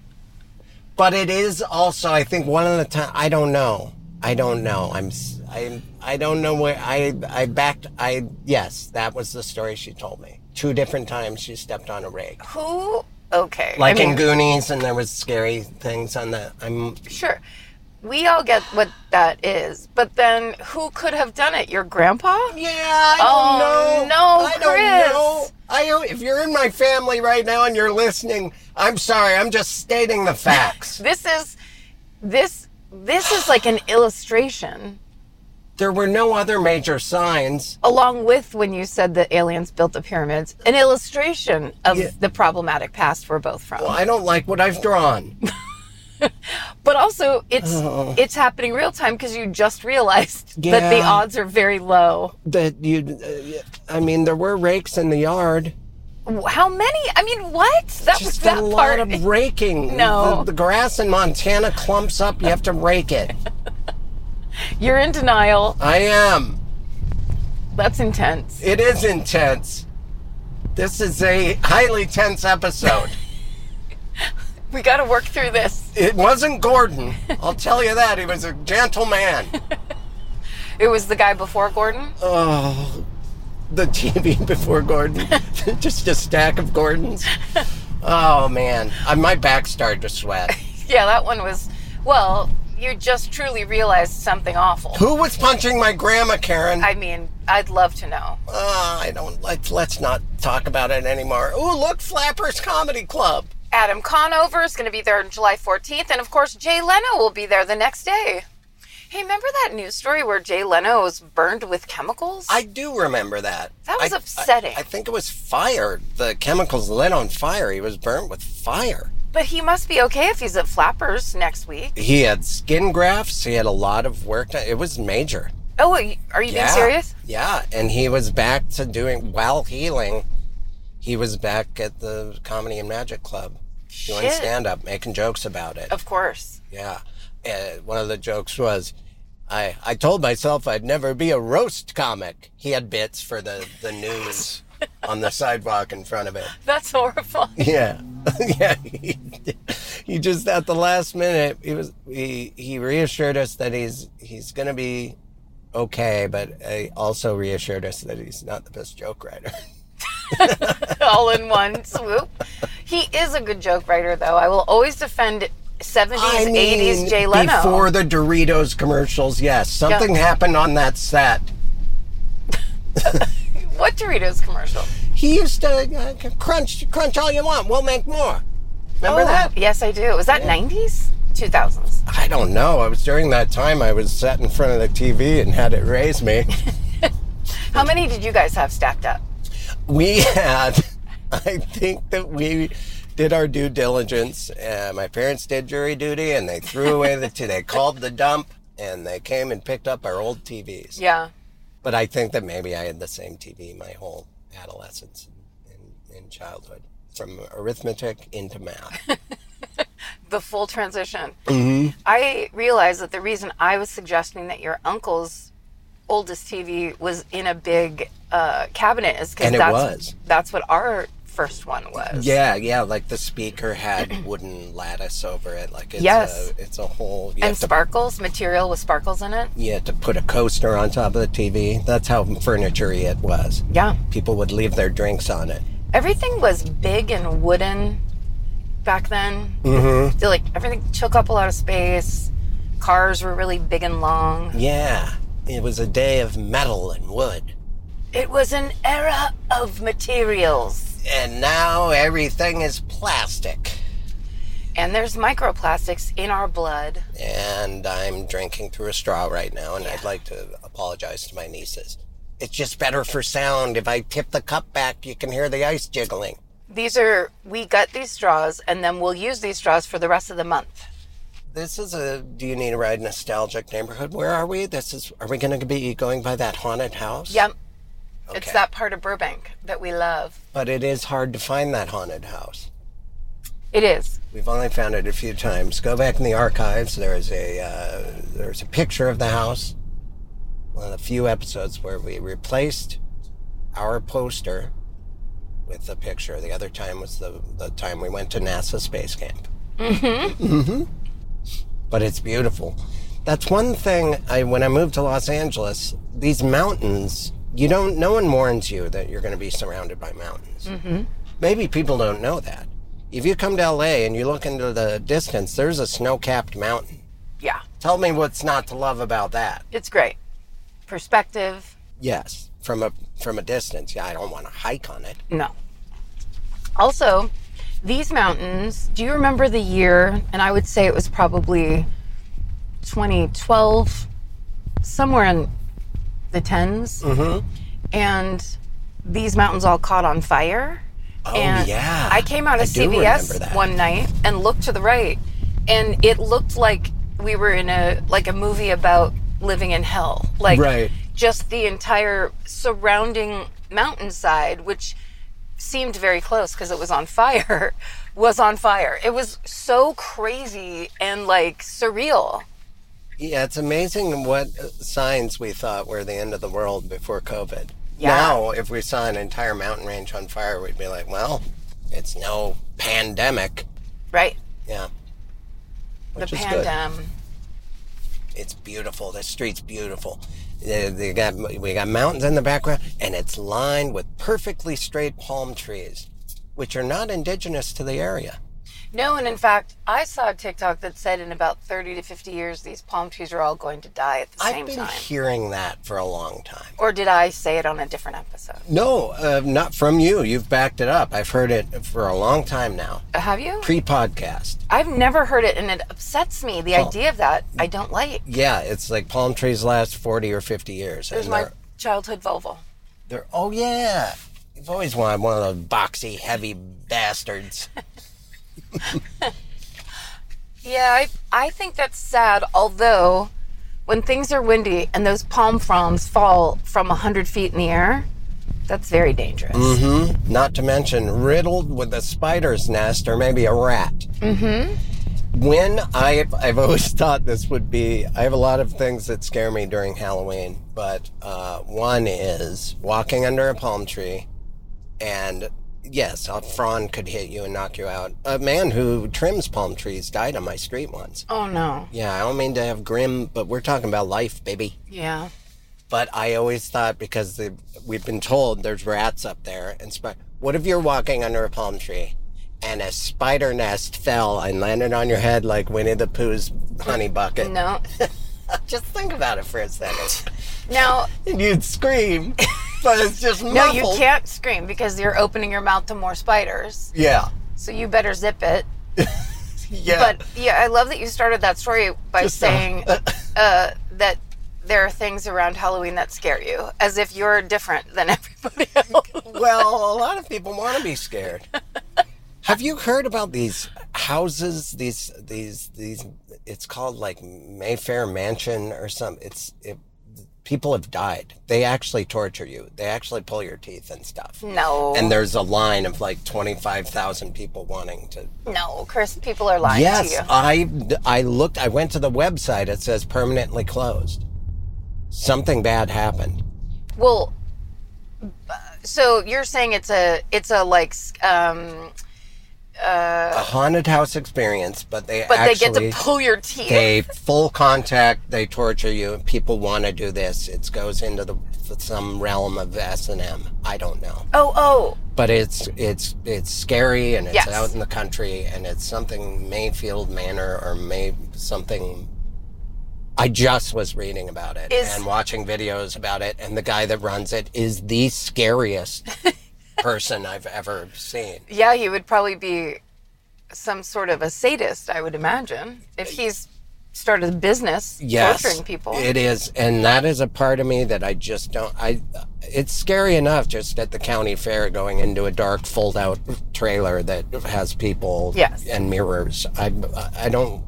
S4: but it is also, I think, one of the time. I don't know. I don't know. I'm. s- I. I don't know where. I. I backed. I. Yes, that was the story she told me. Two different times she stepped on a rake,
S5: Who? Okay.
S4: like
S5: I mean,
S4: in Goonies, and there was scary things on the. I'm.
S5: Sure. We all get what that is, but then who could have done it? Your grandpa?
S4: Yeah, I
S5: Oh,
S4: don't know.
S5: no,
S4: I
S5: Chris.
S4: don't know. I don't, if you're in my family right now and you're listening, I'm sorry. I'm just stating the facts.
S5: This is this this is like an illustration
S4: there were no other major signs.
S5: along with when you said that aliens built the pyramids, an illustration of the problematic past we're both from.
S4: I don't like what I've
S5: *laughs*
S4: drawn.
S5: But also it's it's happening real time because you just realized *laughs* that the
S4: Oh. Yeah.
S5: odds are very low.
S4: That you, uh, I mean, there were rakes in the yard.
S5: How many? I mean, what? That was
S4: Just
S5: that
S4: a lot
S5: part.
S4: of raking.
S5: No.
S4: the, the grass in Montana clumps up. You have to rake it.
S5: You're in denial.
S4: I am.
S5: That's intense.
S4: It is intense. This is a highly tense
S5: *laughs*
S4: episode.
S5: We got to work through this.
S4: It wasn't Gordon. I'll tell you that. He was a gentleman.
S5: It was the guy before Gordon.
S4: Oh, the TV before Gordon. *laughs* Just a stack of Gordons. Oh, man. Uh, My back started to sweat.
S5: Yeah, that one was. Well, you just truly realized something awful.
S4: Who was punching my grandma, Karen?
S5: I mean, I'd love to know.
S4: Uh, I don't. Let's let's not talk about it anymore. Ooh, look, Flappers Comedy Club.
S5: Adam Conover is going to be there on July 14th, and of course, Jay Leno will be there the next day. Hey, remember that news story where Jay Leno was burned with chemicals?
S4: I do remember that.
S5: That was
S4: I-
S5: upsetting.
S4: I, I think it was fire. The chemicals lit on fire. He was burnt with fire.
S5: but he must be okay if he's at Flappers next week.
S4: He had skin grafts. He had a lot of work. Done. It was major.
S5: Oh, are you are you being serious?
S4: Yeah, and he was back to doing while healing. He was back at the Comedy and Magic Club doing
S5: Shit.
S4: stand up, making jokes about it.
S5: Of course.
S4: Yeah. Uh, one of the jokes was, I, I told myself I'd never be a roast comic. He had bits for the, the
S5: *laughs*
S4: news on the sidewalk in front of it.
S5: That's horrifying.
S4: *laughs* Yeah. yeah. He, he just at the last minute he was he he reassured us that he's he's going to be okay, but uh, also reassured us that he's not the best joke
S5: *laughs*
S4: writer.
S5: *laughs* All in one swoop. He is a good joke writer, though. I will always defend 70s, 80s Jay Leno.
S4: before the Doritos commercials, yes, something happened on that set.
S5: What Doritos commercial?
S4: He used to uh, crunch crunch all you want. We'll make more. Remember
S5: Oh,
S4: that?
S5: Yes, I do. Was that 90s? 2000s.
S4: I don't know. I was during that time I was sat in front of the TV and had it raise me.
S5: How many did you guys have stacked up?
S4: we had *laughs* i think that we did our due diligence uh, my parents did jury duty and they
S5: *laughs*
S4: threw away the t- they called the dump and they came and picked up our old tvs
S5: Yeah.
S4: but i think that maybe i had the same tv my whole adolescence and, and childhood from arithmetic into
S5: *laughs*
S4: math
S5: the full transition.
S4: Mm-hmm.
S5: I realized that the reason I was suggesting that your uncle's oldest TV was in a big uh, cabinet is because
S4: And it
S5: that's
S4: was.
S5: that's what our first one was.
S4: yeah yeah like the speaker
S5: *clears throat*
S4: had wooden lattice over it like it's
S5: Yes.
S4: a, it's a whole you
S5: And
S4: have, to,
S5: sparkles material with sparkles in it.
S4: you have to put a coaster on top of the tv that's how furniture-y it was
S5: Yeah.
S4: people would leave their drinks on it.
S5: Everything was big and wooden back then. Mm-hmm. like everything took up a lot of space. Cars were really big and long.
S4: Yeah, it was a day of metal and wood.
S5: It was an era of materials.
S4: And now everything is plastic.
S5: And there's microplastics in our blood.
S4: And I'm drinking through a straw right now, and I'd like to apologize to my nieces. It's just better for sound. If I tip the cup back, you can hear the ice jiggling.
S5: These are we got these straws, and then we'll use these straws for the rest of the month.
S4: This is a do you need a ride nostalgic neighborhood. Where are we? This is are we going to be going by that haunted house?
S5: Yep, it's
S4: Okay.
S5: that part of Burbank that we love.
S4: But it is hard to find that haunted house.
S5: It is.
S4: We've only found it a few times. Go back in the archives. There is a uh, there's a picture of the house. One of the few episodes where we replaced our poster with the picture. The other time was the the time we went to NASA space camp. Mm-hmm. Mm-hmm. But it's beautiful. That's one thing. I when I moved to Los Angeles, these mountains. You don't. No one warns you that you're going to be surrounded by mountains maybe people don't know that. If you come to LA and you look into the distance, there's a snow capped mountain.
S5: Yeah,
S4: Tell me what's not to love about that.
S5: it's great. Perspective.
S4: Yes, from a from a distance. Yeah, I don't want to hike on it.
S5: No. Also, these mountains. Do you remember the year? And I would say it was probably 2012, somewhere in the 10s Mm-hmm. And these mountains all caught on fire.
S4: Oh
S5: and
S4: yeah.
S5: I came out of
S4: do remember
S5: CVS
S4: that.
S5: one night and looked to the right, and it looked like we were in a like a movie about living in hell. Like
S4: Right.
S5: just the entire surrounding mountainside, which seemed very close because it was on fire, *laughs* was on fire. It was so crazy and like surreal.
S4: Yeah, it's amazing what uh, signs we thought were the end of the world before COVID.
S5: Yeah.
S4: Now, if we saw an entire mountain range on fire, we'd be like, "Well, it's no pandemic."
S5: Right?
S4: Yeah. Which
S5: the
S4: is good.
S5: pandemic.
S4: It's beautiful. The street's beautiful. They, they got we got mountains in the background, and it's lined with perfectly straight palm trees, which are not indigenous to the area.
S5: No, and in fact, I saw a TikTok that said in about 30 to 50 years, these palm trees are all going to die at the
S4: I've
S5: same
S4: been
S5: time.
S4: hearing that for a long time.
S5: Or did I say it on a different episode?
S4: No, uh, not from you. You've backed it up. I've heard it for a long time now,
S5: Have you?
S4: pre podcast.
S5: I've never heard it, and it upsets me. The idea of that, I don't like.
S4: Oh. Yeah, it's like palm trees last 40 or 50 years.
S5: There's
S4: and
S5: my
S4: they're,
S5: childhood Volvo.
S4: they're, oh, yeah. You've always wanted one of those boxy, heavy bastards. *laughs*
S5: Yeah, I, I think that's sad. Although, when things are windy and those palm fronds fall from 100 feet in the air, that's very dangerous.
S4: Mm. Not to mention riddled with a spider's nest or maybe a rat. Mm-hmm. When I, I've always *laughs* thought this would be, I have a lot of things that scare me during Halloween, but uh, one is walking under a palm tree, and yes, a frond could hit you and knock you out. A man who trims palm trees died on my street once.
S5: Oh, no.
S4: Yeah, I don't mean to have grim, but we're talking about life, baby.
S5: Yeah.
S4: But I always thought because the, we've been told there's rats up there and spi- What if you're walking under a palm tree and a spider nest fell and landed on your head like Winnie the Pooh's honey bucket?
S5: No. *laughs*
S4: Just think about it for a second.
S5: Now,
S4: You'd scream, but it's just muffled.
S5: *laughs* no, you can't scream because you're opening your mouth to more spiders.
S4: Yeah,
S5: So you better zip it.
S4: yeah.
S5: But yeah, I love that you started that story by saying uh, that there are things around Halloween that scare you, as if you're different than *laughs* everybody else.
S4: well, a lot of people want to be scared. Have you heard about these houses? These these these. It's called like Mayfair Mansion or something. It's it, people have died. They actually torture you. They actually pull your teeth and stuff.
S5: No,
S4: And there's a line of like twenty five thousand people wanting to.
S5: no, Chris, people are lying to
S4: Yes,
S5: you.
S4: I I looked. I went to the website. It says permanently closed. Something bad happened.
S5: Well, uh, so you're saying it's a it's a like s- um,
S4: A haunted house experience, but they
S5: but
S4: actually,
S5: they get to pull your teeth.
S4: they full contact they torture you people want to do this it goes into the some realm of s&m i don't know
S5: oh, oh,
S4: but it's it's it's scary and it's
S5: Yes.
S4: out in the country and it's something mayfield manor or may something i just was reading about it
S5: Is-
S4: and watching videos about it and the guy that runs it is the
S5: *laughs*
S4: scariest person i've ever seen
S5: yeah, he would probably be some sort of a sadist, I would imagine, if he's started a business
S4: Uh, yes,
S5: torturing people.
S4: It is, and that is a part of me that I just don't. I it's scary enough just at the county fair going into a dark fold-out trailer that has people
S5: Yes.
S4: and mirrors. I I don't.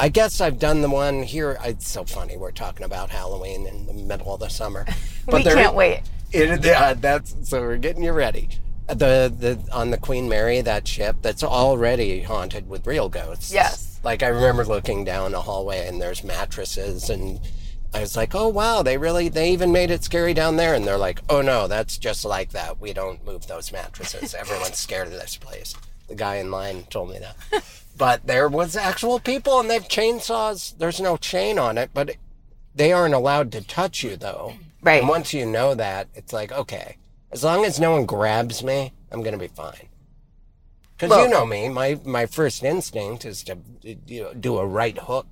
S4: I guess I've done the one here. It's so funny. We're talking about Halloween in the middle of the summer.
S5: *laughs* we
S4: there-
S5: can't wait.
S4: it, uh, that's so we're getting you ready. The the on the Queen Mary that ship that's already haunted with real ghosts.
S5: Yes.
S4: Like I remember looking down a hallway and there's mattresses and I was like, oh wow, they really they even made it scary down there and they're like, oh no, that's just like that. We don't move those mattresses. Everyone's scared of this place. The guy in line told me that. But there was actual people and they've chainsaws. There's no chain on it, but they aren't allowed to touch you though.
S5: Right.
S4: And once you know that, it's like, okay, as long as no one grabs me, I'm going to be fine. Because you
S5: Look.
S4: know me, my, my first instinct is to you know, do a right hook.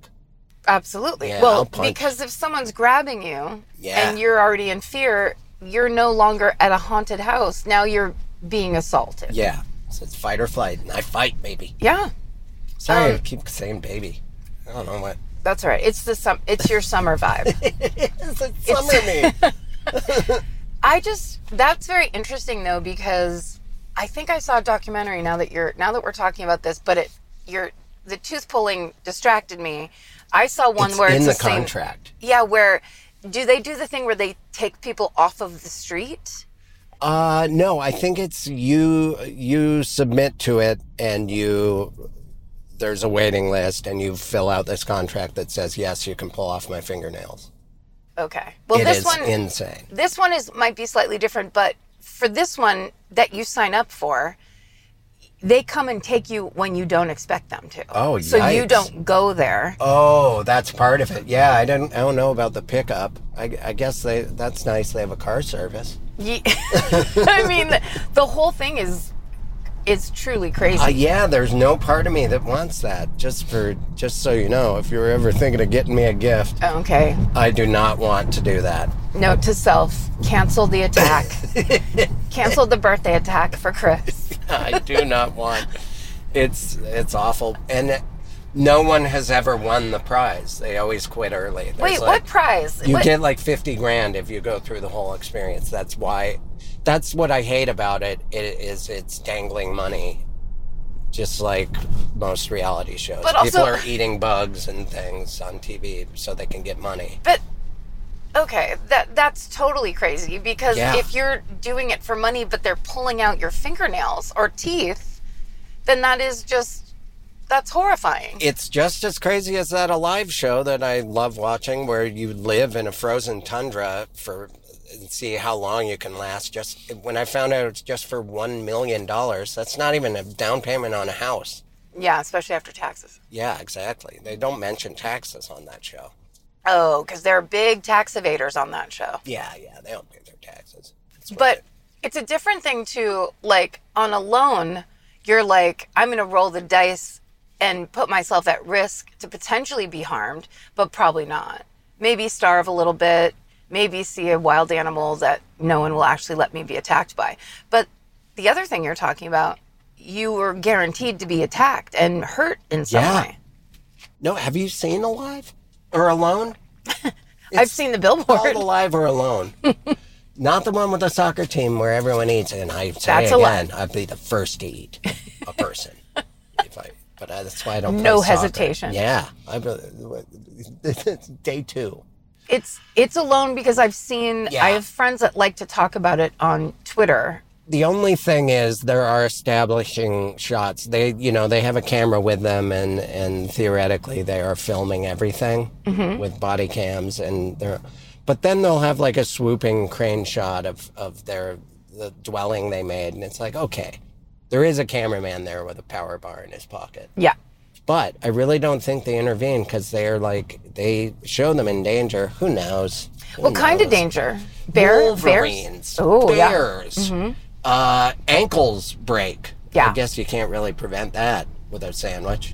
S5: Absolutely.
S4: Yeah, I'll
S5: well,
S4: punch.
S5: because if someone's grabbing you
S4: Yeah.
S5: and you're already in fear, you're no longer at a haunted house. Now you're being assaulted.
S4: Yeah. So it's fight or flight, and I fight, baby. Um,
S5: Yeah,
S4: Sorry, I keep saying baby. I don't know what.
S5: that's right. It's the sum. It's your
S4: *laughs*
S5: summer vibe.
S4: It's a *laughs* summer me.
S5: I just that's very interesting though because I think I saw a documentary. Now that you're now that we're talking about this, but it you're the tooth pulling distracted me. I saw one
S4: It's
S5: where
S4: in
S5: it's
S4: the
S5: same-
S4: contract.
S5: yeah, where do they do the thing where they take people off of the street?
S4: Uh, no, I think it's you. You submit to it, and you there's a waiting list, and you fill out this contract that says yes, you can pull off my fingernails.
S5: Okay. Well,
S4: It
S5: this
S4: is
S5: one
S4: insane.
S5: this one is might be slightly different but for this one that you sign up for they come and take you when you don't expect them to
S4: Oh,
S5: so you
S4: yikes.
S5: don't go there *laughs*
S4: Oh, that's part of it. Yeah, I don't. I don't know about the pickup. I, I guess they. That's nice. They have a car service. *laughs*
S5: Ye- i mean the whole thing is is truly crazy.
S4: Uh, yeah, there's no part of me that wants that. Just for, just so you know, if you were ever thinking of getting me a gift,
S5: okay.
S4: I do not want to do that.
S5: Note to self: cancel
S4: *laughs*
S5: the attack. cancel the birthday attack for Chris.
S4: I do not want. It's it's awful, and no one has ever won the prize. They always quit early. There's
S5: Wait,
S4: like-
S5: what prize?
S4: You
S5: What-
S4: get like fifty grand if you go through the whole experience. That's why. That's what I hate about it. It is it's dangling money, just like most reality shows.
S5: But also-
S4: People are eating bugs and things on TV so they can get money.
S5: But okay, that that's totally crazy because
S4: Yeah.
S5: if you're doing it for money but they're pulling out your fingernails or teeth, then that is just that's horrifying.
S4: It's just as crazy as that alive show that I love watching, where you live in a frozen tundra for and see how long you can last. Just when I found out it's just for one million dollars, that's not even a down payment on a house.
S5: yeah, especially after taxes.
S4: Yeah, exactly. They don't mention taxes on that show.
S5: Oh, cuz there are big tax evaders on that show.
S4: Yeah, yeah, they don't pay their taxes. That's what
S5: But it's a different thing to like on a loan, you're like I'm going to roll the dice and put myself at risk to potentially be harmed, but probably not. Maybe starve a little bit, maybe see a wild animal that no one will actually let me be attacked by. But the other thing you're talking about, you were guaranteed to be attacked and hurt in some
S4: Yeah.
S5: way.
S4: no, have you seen Alive or Alone?
S5: I've seen the billboard.
S4: Called Alive or Alone. *laughs* Not the one with the soccer team where everyone eats. And I say
S5: That's
S4: again, I'd be the first to eat a
S5: *laughs*
S4: person. if I, but I, that's why I don't.
S5: No
S4: play soccer.
S5: hesitation.
S4: Yeah, I, *laughs* day two.
S5: It's it's a loan because I've seen
S4: Yeah.
S5: I have friends that like to talk about it on Twitter
S4: the only thing is there are establishing shots they you know they have a camera with them and and theoretically they are filming everything with body cams and they're but then they'll have like a swooping crane shot of of their the dwelling they made and it's like okay there is a cameraman there with a power bar in his pocket
S5: Yeah.
S4: but i really don't think they intervene because they are like they show them in danger who knows Who
S5: What kind of
S4: knows?
S5: danger? Bear,
S4: Wolverines,
S5: bears. Oh yeah.
S4: bears, uh, ankles break.
S5: Yeah.
S4: I guess you can't really prevent that with a sandwich.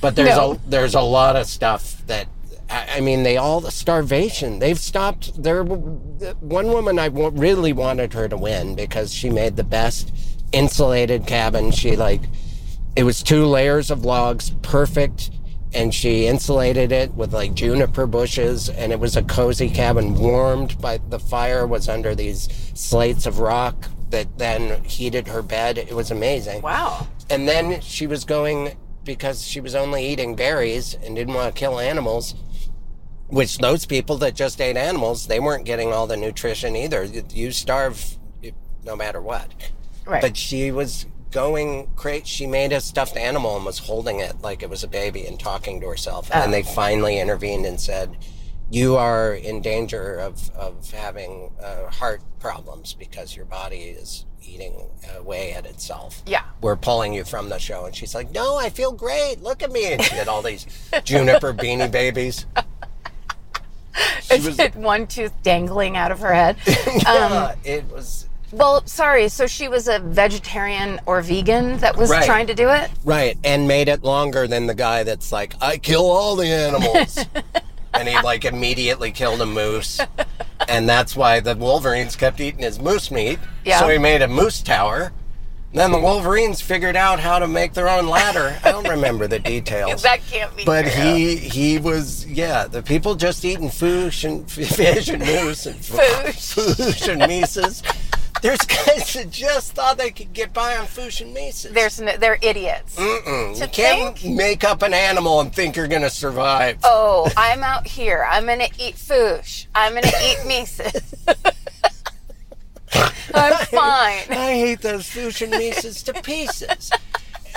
S4: But there's
S5: No.
S4: a there's a lot of stuff that I, I mean they all starvation. They've stopped. There, one woman I w- really wanted her to win because she made the best insulated cabin. She like it was two layers of logs, perfect. And she insulated it with like juniper bushes, and it was a cozy cabin warmed by the fire was under these slates of rock that then heated her bed. It was amazing.
S5: Wow. *laughs*
S4: And then she was going because she was only eating berries and didn't want to kill animals, which those people that just ate animals, they weren't getting all the nutrition either. You- You starve eh, no matter what.
S5: Right.
S4: But she was going crazy. She made a stuffed animal and was holding it like it was a baby and talking to herself. And they finally intervened and said, you are in danger of, of having uh, heart problems because your body is eating away at itself
S5: Yeah.
S4: we're pulling you from the show. And she's like, no, I feel great. Look at me. And she had all these *laughs* juniper beanie babies. She was,
S5: One tooth dangling out of her head.
S4: *laughs* yeah, it was,
S5: well, sorry. So she was a vegetarian or vegan that was
S4: Right.
S5: trying to do
S4: *laughs*
S5: it.
S4: right. And made it longer than the guy that's like, I kill all the
S5: *laughs*
S4: animals. and he like immediately killed a moose. And that's why the Wolverines kept eating his moose meat.
S5: Yeah.
S4: So he made a moose tower. Then the Wolverines figured out how to make their own ladder. I don't remember the details.
S5: *laughs* That can't be.
S4: But
S5: true.
S4: he he was yeah. The people just eating foosh and *laughs* fish and moose and
S5: *laughs* Foosh.
S4: foosh and mises. There's guys that just thought they could get by on foosh and mises.
S5: There's no, they're idiots.
S4: you can't make up an animal and think you're gonna survive.
S5: Oh, I'm out here. I'm gonna eat foosh. I'm gonna
S4: *laughs*
S5: eat mises. *laughs* I'm
S4: *laughs*
S5: fine.
S4: I hate those foosh and mises to pieces.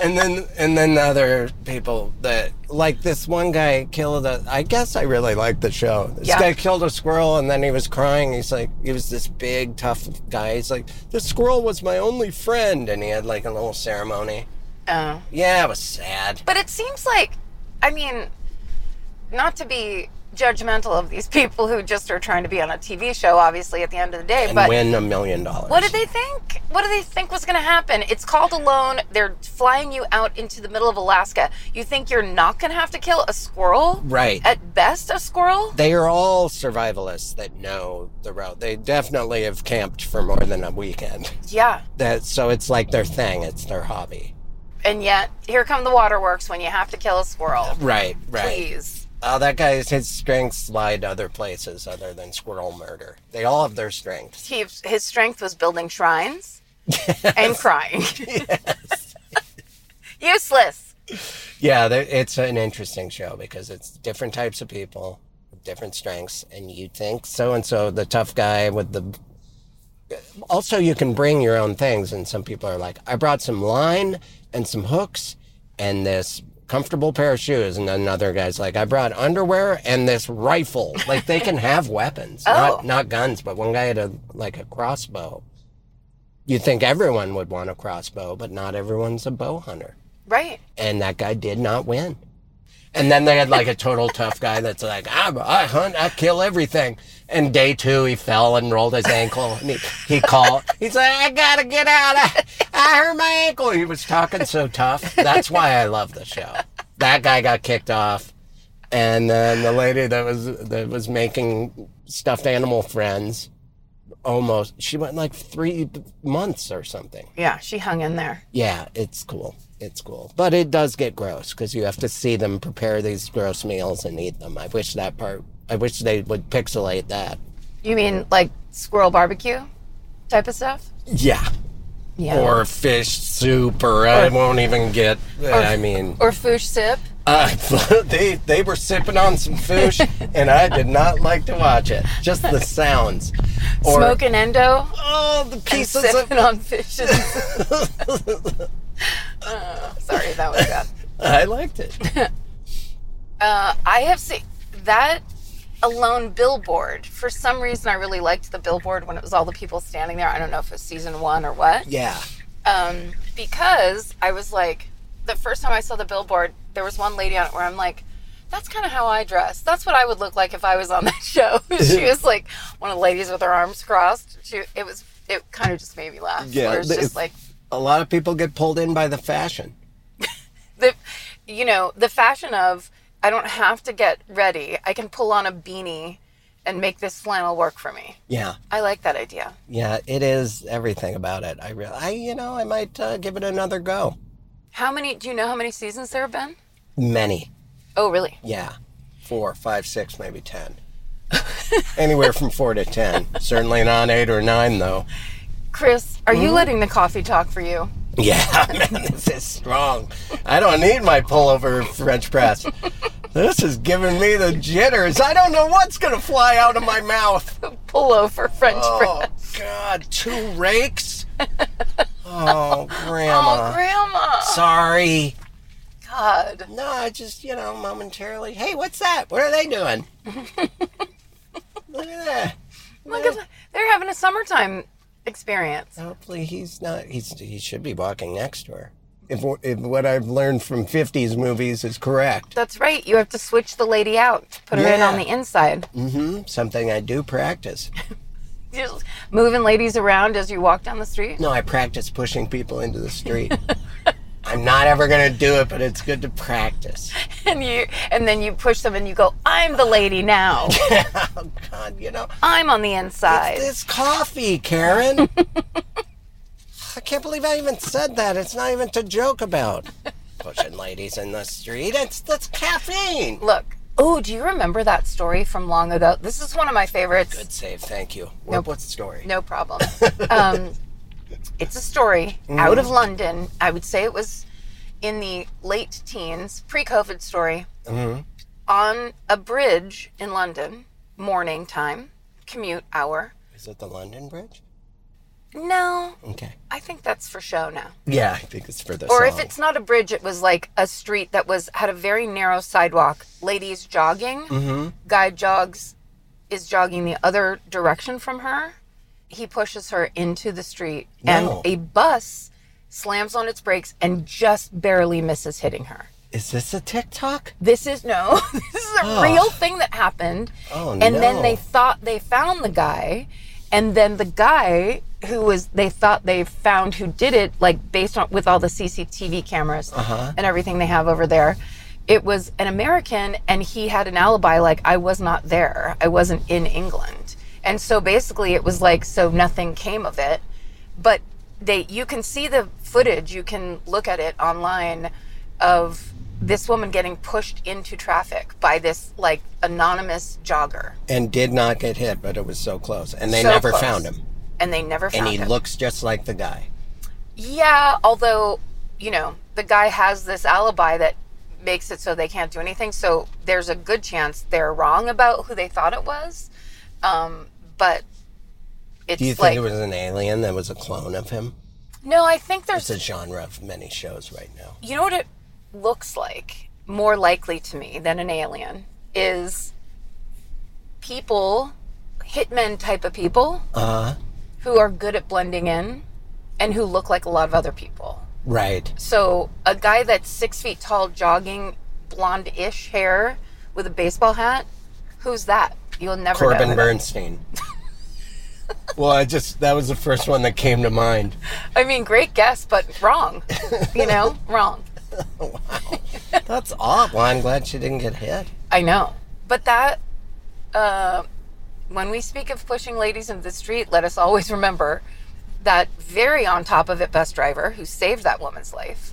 S4: And then and then the other people that like this one guy killed a I guess I really like the show. This
S5: Yeah.
S4: guy killed a squirrel and then he was crying. He's like he was this big tough guy. He's like, The squirrel was my only friend and he had like a little ceremony.
S5: Oh.
S4: Yeah, it was sad.
S5: But it seems like, I mean, not to be judgmental of these *laughs* people who just are trying to be on a TV show, obviously, at the end of the day.
S4: and
S5: but
S4: win a million dollars.
S5: what did they think? What did they think was going to happen? It's called Alone. They're flying you out into the middle of Alaska. You think you're not going to have to kill a squirrel?
S4: Right.
S5: At best, a squirrel?
S4: They are all survivalists that know the route. They definitely have camped for more than a weekend. *laughs*
S5: Yeah.
S4: That so it's like their thing. It's their hobby.
S5: And yet, here come the waterworks when you have to kill a squirrel.
S4: Right. Right.
S5: Please.
S4: Oh, that guy's his strengths lie to other places other than squirrel murder. They all have their strengths.
S5: He, his strength was
S4: *laughs*
S5: building shrines and crying. *laughs* Useless.
S4: Yeah, they- it's an interesting show because it's different types of people, with different strengths, and you think so and so the tough guy with the. Also, you can bring your own things, and some people are like, "I brought some line and some hooks and this comfortable pair of shoes," and another guy's like, "I brought underwear and this rifle." Like they can have weapons, not not guns, but one guy had a like a crossbow. You think everyone would want a crossbow, but not everyone's a bow hunter
S5: Right.
S4: and that guy did not win. And then they had like a total tough guy that's like, I'm, I hunt, I kill everything. And day two, he fell and rolled his ankle. And he, he called. He's like, I gotta get out. I, I hurt my ankle. He was talking so tough. That's why I love the show. That guy got kicked off. And then the lady that was that was making stuffed animal friends, almost she went like three months or something.
S5: Yeah, she hung in there.
S4: Yeah, it's cool. It's cool. But it does get gross because you have to see them prepare these gross meals and eat them. I wish that part, I wish they would pixelate that.
S5: You mean like squirrel barbecue type of stuff?
S4: Yeah.
S5: Yeah.
S4: Or fish soup, or, I won't even get. I mean,
S5: Or foosh sip?
S4: uh, *laughs* they they were sipping on some fish, and I did not like to watch it. Just the sounds, or
S5: Smoke and endo?
S4: oh, the pieces of
S5: sipping on fishes.
S4: *laughs*
S5: Uh, sorry, that was bad.
S4: I liked it.
S5: Uh, I have seen that alone billboard. For some reason, I really liked the billboard when it was all the people standing there. I don't know if it was season one or what. *laughs*
S4: Yeah,
S5: Um, because I was like, the first time I saw the billboard, there was one lady on it where I'm like, that's kind of how I dress. That's what I would look like if I was on *laughs* that show.
S4: *laughs*
S5: she was like one of the ladies with her arms crossed. She, it was, it kind of just made me laugh.
S4: Yeah,
S5: where it's
S4: the-
S5: just like,
S4: a lot of people get pulled in by the fashion.
S5: the you know the fashion of i don't have to get ready i can pull on a beanie and make this flannel work for me
S4: Yeah.
S5: i like that idea
S4: Yeah, it is everything about it. I really, I you know, I might uh, give it another go.
S5: how many do you know how many seasons there have been
S4: Many,
S5: oh really
S4: yeah, four, five, six, maybe ten, anywhere from four to ten. Certainly not eight or nine, though.
S5: chris are
S4: Mm-hmm.
S5: you letting the coffee talk for you
S4: Yeah, *laughs* man, this is strong. I don't need my pullover French press. This is giving me the jitters. I don't know what's gonna fly out of my mouth.
S5: pull over french
S4: Oh
S5: press
S4: God, two rakes. Oh, Grandma.
S5: oh grandma
S4: Sorry.
S5: god
S4: No, I just, you know, momentarily. Hey, what's that? What are they doing? Look at that.
S5: look at that. Oh they're having a summertime experience
S4: Hopefully he's not. He's he should be walking next to her. If if what I've learned from '50s movies is correct,
S5: that's right you have to switch the lady out put her in
S4: Yeah.
S5: on the inside
S4: hmm something I do practice.
S5: just moving ladies around as you walk down the street
S4: No, I practice pushing people into the *laughs* street. I'm not ever gonna do it, but it's good to practice. *laughs*
S5: and you and then you push them and you go i'm the lady now
S4: Oh God, you know
S5: i'm on the inside
S4: this coffee, Karen. I can't believe I even said that. It's not even to joke about. Pushing ladies in the street. It's that's caffeine.
S5: look oh do you remember that story from long ago this is one of my favorites
S4: Good save. Thank you. What, What's the story?
S5: no problem um, it's a story out of london i would say it was in the late teens pre-covid story on a bridge in london morning time commute hour
S4: Is it the London Bridge?
S5: no
S4: Okay.
S5: i think that's for show now
S4: Yeah, I think it's for the
S5: or if
S4: song.
S5: it's not a bridge it was like a street that was had a very narrow sidewalk ladies jogging
S4: Mm-hmm.
S5: guy jogs is jogging the other direction from her he pushes her into the street
S4: No.
S5: and a bus slams on its brakes and just barely misses hitting her
S4: Is this a TikTok?
S5: This is no, *laughs* this is a real thing that happened.
S4: Oh,
S5: and then
S4: no.
S5: they thought they found the guy, and then the guy who was they thought they found who did it, like based on with all the CCTV cameras
S4: Uh-huh.
S5: and everything they have over there. It was an American, and he had an alibi like I was not there. I wasn't in England, and so basically it was like so nothing came of it. But they, you can see the footage. You can look at it online of this woman getting pushed into traffic by this like anonymous jogger.
S4: And did not get hit, but it was so close. And they
S5: So
S4: never
S5: close.
S4: found him.
S5: And they never found
S4: And he
S5: him.
S4: looks just like the guy.
S5: yeah, although, you know, the guy has this alibi that makes it so they can't do anything. So there's a good chance they're wrong about who they thought it was. Um, but it's
S4: Do you think
S5: like
S4: it was an alien that was a clone of him?
S5: no, I think there's
S4: It's a genre of many shows right now.
S5: you know what it looks like more likely to me than an alien is people hitmen type of people who are good at blending in and who look like a lot of other people
S4: Right.
S5: so a guy that's six feet tall jogging blonde-ish hair with a baseball hat who's that you'll never know
S4: Corbin
S5: who that-
S4: Bernstein. well, I just, that was the first one that came to mind.
S5: i mean great guess but wrong you know wrong
S4: That's odd. Well, I'm glad she didn't get hit.
S5: I know. But that, uh, when we speak of pushing ladies into the street, let us always remember that very on top of it bus driver who saved that woman's life.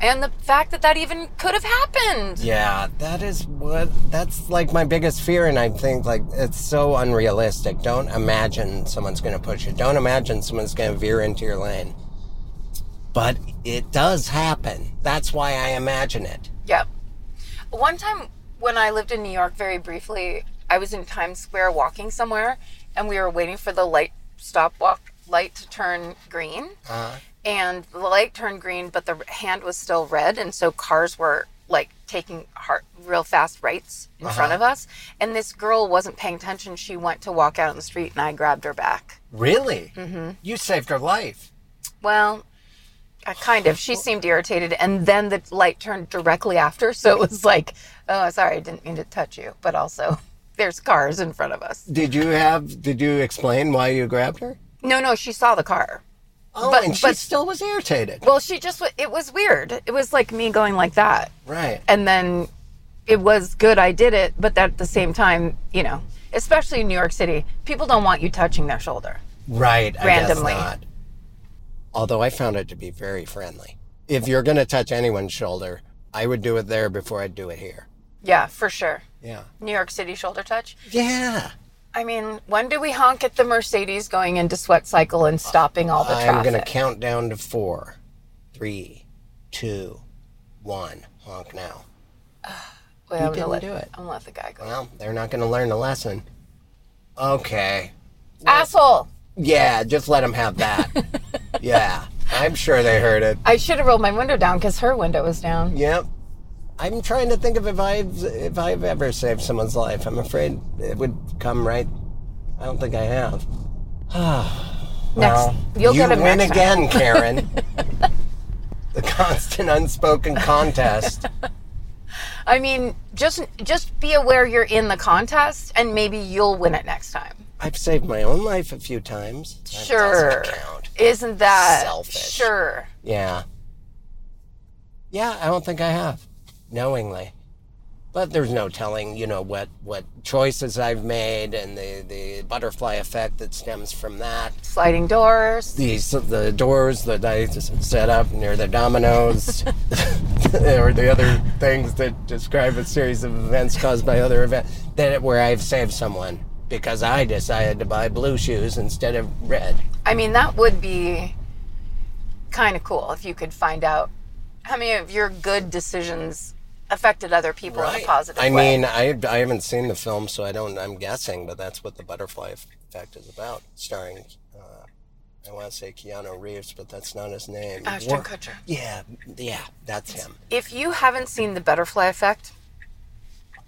S5: And the fact that that even could have happened.
S4: Yeah, that is what that's like my biggest fear and I think like it's so unrealistic. Don't imagine someone's going to push you. Don't imagine someone's going to veer into your lane. But it does happen. That's why I imagine it.
S5: Yep. One time when I lived in New York very briefly, I was in Times Square walking somewhere and we were waiting for the light stop walk light to turn green. And the light turned green, but the hand was still red. And so cars were like taking hard, real fast rights in front of us. And this girl wasn't paying attention. She went to walk out in the street and I grabbed her back.
S4: Really? Mm-hmm. You saved her life.
S5: Well, I kind of. She seemed irritated, and then the light turned directly after, so it was like, "Oh, sorry, I didn't mean to touch you," but also, there's cars in front of us.
S4: Did you have did you explain why you grabbed her?
S5: No, no, she saw the car.
S4: Oh,
S5: But-
S4: and she
S5: but-
S4: still was irritated.
S5: Well, she just. wa- It was weird. It was like me going like that,
S4: Right.
S5: and then it was good I did it, but at the same time, you know, especially in New York City, people don't want you touching their shoulder.
S4: Right.
S5: randomly.
S4: I guess not. Although I found it to be very friendly. If you're going to touch anyone's shoulder, I would do it there before I'd do it here.
S5: Yeah, for sure.
S4: Yeah.
S5: New York City shoulder touch.
S4: Yeah.
S5: I mean, when do we honk at the Mercedes going into sweat cycle and stopping all the
S4: I'm
S5: traffic?
S4: going to count down to four, three, two, one. Honk now.
S5: Wait,
S4: You
S5: I'm
S4: didn't
S5: gonna let,
S4: do it.
S5: I'm gonna let the guy go.
S4: Well, they're not going to learn a lesson. Okay.
S5: Asshole!
S4: Yeah, just let them have that. yeah. I'm sure they heard it.
S5: I should have rolled my window down because her window was down.
S4: Yep. I'm trying to think of if I've if I've ever saved someone's life. I'm afraid it would come right. I don't think I have. *sighs*
S5: Next, you'll
S4: you
S5: get a
S4: win
S5: next time.
S4: again,
S5: *laughs*
S4: Karen. *laughs* the constant unspoken contest.
S5: I mean, just just be aware you're in the contest, and maybe you'll win it next time.
S4: I've saved my own life a few times. That
S5: Sure.
S4: doesn't count.
S5: Isn't that
S4: Selfish.
S5: Sure.
S4: Yeah. Yeah, I don't think I have, knowingly. But there's no telling, you know, what what choices I've made and the the butterfly effect that stems from that.
S5: Sliding doors.
S4: These the doors that I just set up near the *laughs* dominoes, or the other things that describe a series of events caused by other events. That where I've saved someone because I decided to buy blue shoes instead of red.
S5: I mean, that would be kind of cool if you could find out how many of your good decisions affected other people in a positive
S4: I
S5: way.
S4: mean, I, I haven't seen the film, so I don't. I'm guessing, but that's what the butterfly effect is about, starring. Uh, I want to say Keanu Reeves, but that's not his name.
S5: Ashton
S4: Wa-
S5: Kutcher.
S4: Yeah, yeah, that's him.
S5: If you haven't seen the butterfly effect,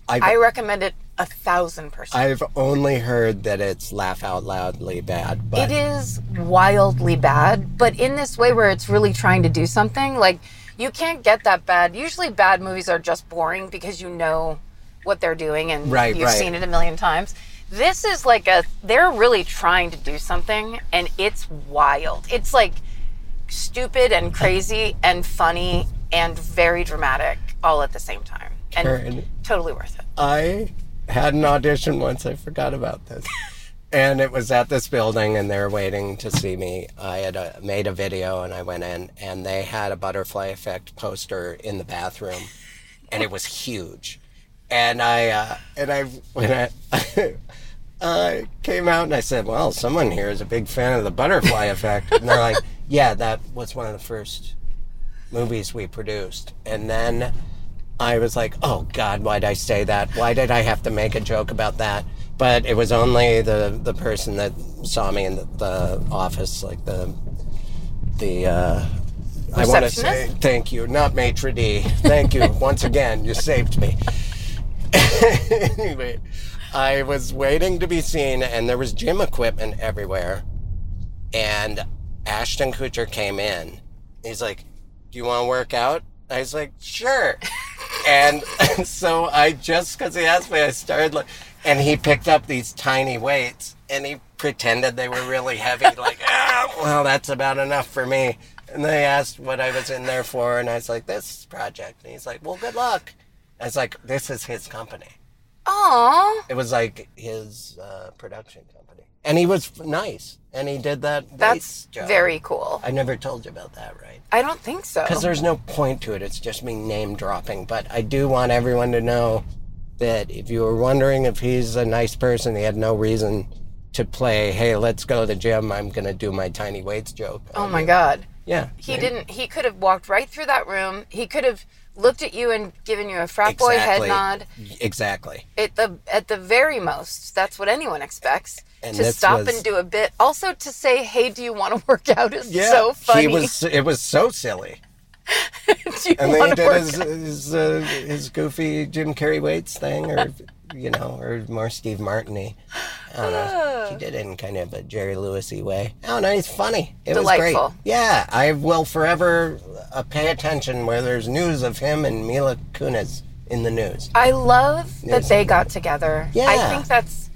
S5: I
S4: I've,
S5: recommend it a thousand percent.
S4: I've only heard that it's laugh out loudly bad, but
S5: it is wildly bad, but in this way where it's really trying to do something, like You can't get that bad. Usually, bad movies are just boring because you know what they're doing and
S4: Right,
S5: you've
S4: right.
S5: seen it a million times. This is like a, they're really trying to do something and it's wild. It's like stupid and crazy and funny and very dramatic all at the same time. And
S4: Karen.
S5: totally worth it.
S4: Uh, I had an audition once. I forgot about this. And it was at this building, and they were waiting to see me. I had uh made a video, and I went in, and they had a butterfly effect poster in the bathroom, and it was huge. And I uh, and I when I *laughs* I came out and I said, "Well, someone here is a big fan of the butterfly effect," and they're like, "Yeah, that was one of the first movies we produced. And then I was like, oh God, why'd I say that? Why did I have to make a joke about that? But it was only the, the person that saw me in the, the office, like the, the, uh, I want to say
S5: Receptionist?
S4: thank you, not maitre d. Thank you once again. You saved me. *laughs* anyway, I was waiting to be seen, and there was gym equipment everywhere and Ashton Kutcher came in. He's like, "Do you want to work out?" I was like, "Sure." and *laughs* so I just because he asked me, I started like, and he picked up these tiny weights and he pretended they were really heavy. Like, ah, well, that's about enough for me. And they asked what I was in there for, and I was like, "This project." And he's like, "Well, good luck." I was like, "This is his company."
S5: Aww.
S4: It was like his uh, production company, and he was nice, and he did that.
S5: That's
S4: weights job.
S5: very Oh. cool.
S4: I never told you about that, right?
S5: I don't think so.
S4: Because there's no point to it. It's just me name dropping. But I do want everyone to know that if you were wondering if he's a nice person, he had no reason to play, hey, let's go to the gym. I'm going to do my tiny weights joke. Uh,
S5: Oh my God.
S4: Yeah.
S5: He didn't. He could have walked right through that room. He could have looked at you and given you a frat boy head nod.
S4: Exactly.
S5: At the at the very most, that's what anyone expects.
S4: And
S5: to
S4: this
S5: stop
S4: was-
S5: and do a bit. Also, to say, "Hey, do you want to work out?" is
S4: Yeah.
S5: so funny.
S4: He was, it was so silly.
S5: *laughs* do you
S4: And
S5: *laughs*
S4: then he
S5: want to
S4: did
S5: work?
S4: his, his, uh, his goofy Jim Carrey weights thing, or, you know, or more Steve Martiny. I don't know. He did it in kind of a Jerry Lewis y way. I don't know. He's funny. It was
S5: Delightful.
S4: great. Yeah. I will forever uh, pay attention where there's news of him and Mila Kunis in the news.
S5: I love that they got together. I
S4: Yeah.
S5: think that's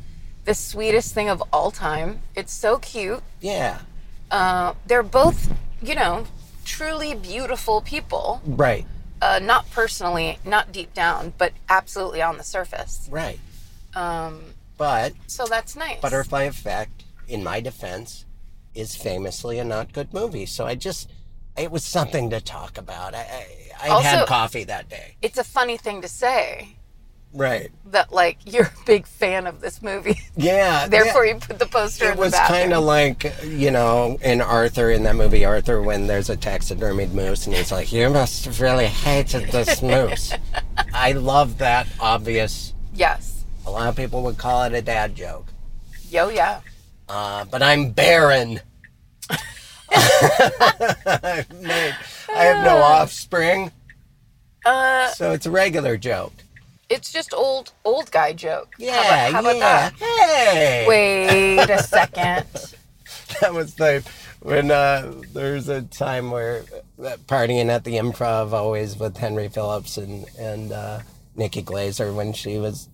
S5: the sweetest thing of all time. It's so cute.
S4: Yeah.
S5: Uh, they're both, you know, truly beautiful people.
S4: Right.
S5: Uh, not personally, not deep down, but absolutely on the surface.
S4: Right.
S5: Um,
S4: But
S5: so that's nice.
S4: Butterfly Effect, in my defense, is famously a not good movie. So I just, it was something to talk about. I, I, I
S5: Also-
S4: had coffee that day.
S5: It's a funny thing to say
S4: Right.
S5: that, like, *laughs* you're a big fan of this movie. *laughs*
S4: Yeah.
S5: Therefore,
S4: yeah.
S5: you put the poster in
S4: It
S5: the
S4: was
S5: bathroom.
S4: kind of like, you know, in Arthur, in that movie Arthur, when there's a taxidermied moose and he's like, You must have really hated this
S5: *laughs*
S4: moose. I love that obvious.
S5: yes.
S4: A lot of people would call it a dad joke.
S5: Yo, yeah.
S4: Uh, but I'm *laughs* barren. I've made- I have no offspring.
S5: Uh,
S4: So it's a regular joke.
S5: it's just old, old guy joke. How
S4: Yeah,
S5: about- how about
S4: yeah.
S5: that?
S4: Hey.
S5: Wait a second.
S4: *laughs* that was the when uh, there's a time where uh, partying at the improv always with Henry Phillips and and uh, Nikki Glazer when she was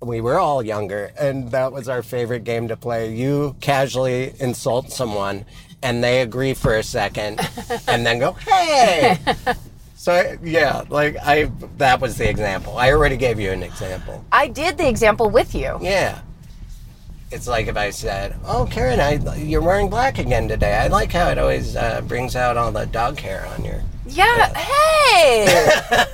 S4: we were all younger and that was our favorite game to play. You casually insult someone and they agree for a second and then go hey. So yeah, like I that was the example. I already gave you an example.
S5: I did the example with you.
S4: Yeah. It's like if I said, "Oh, Karen, I you're wearing black again today. I like how it always uh, brings out all the dog hair on your."
S5: Yeah. Hey.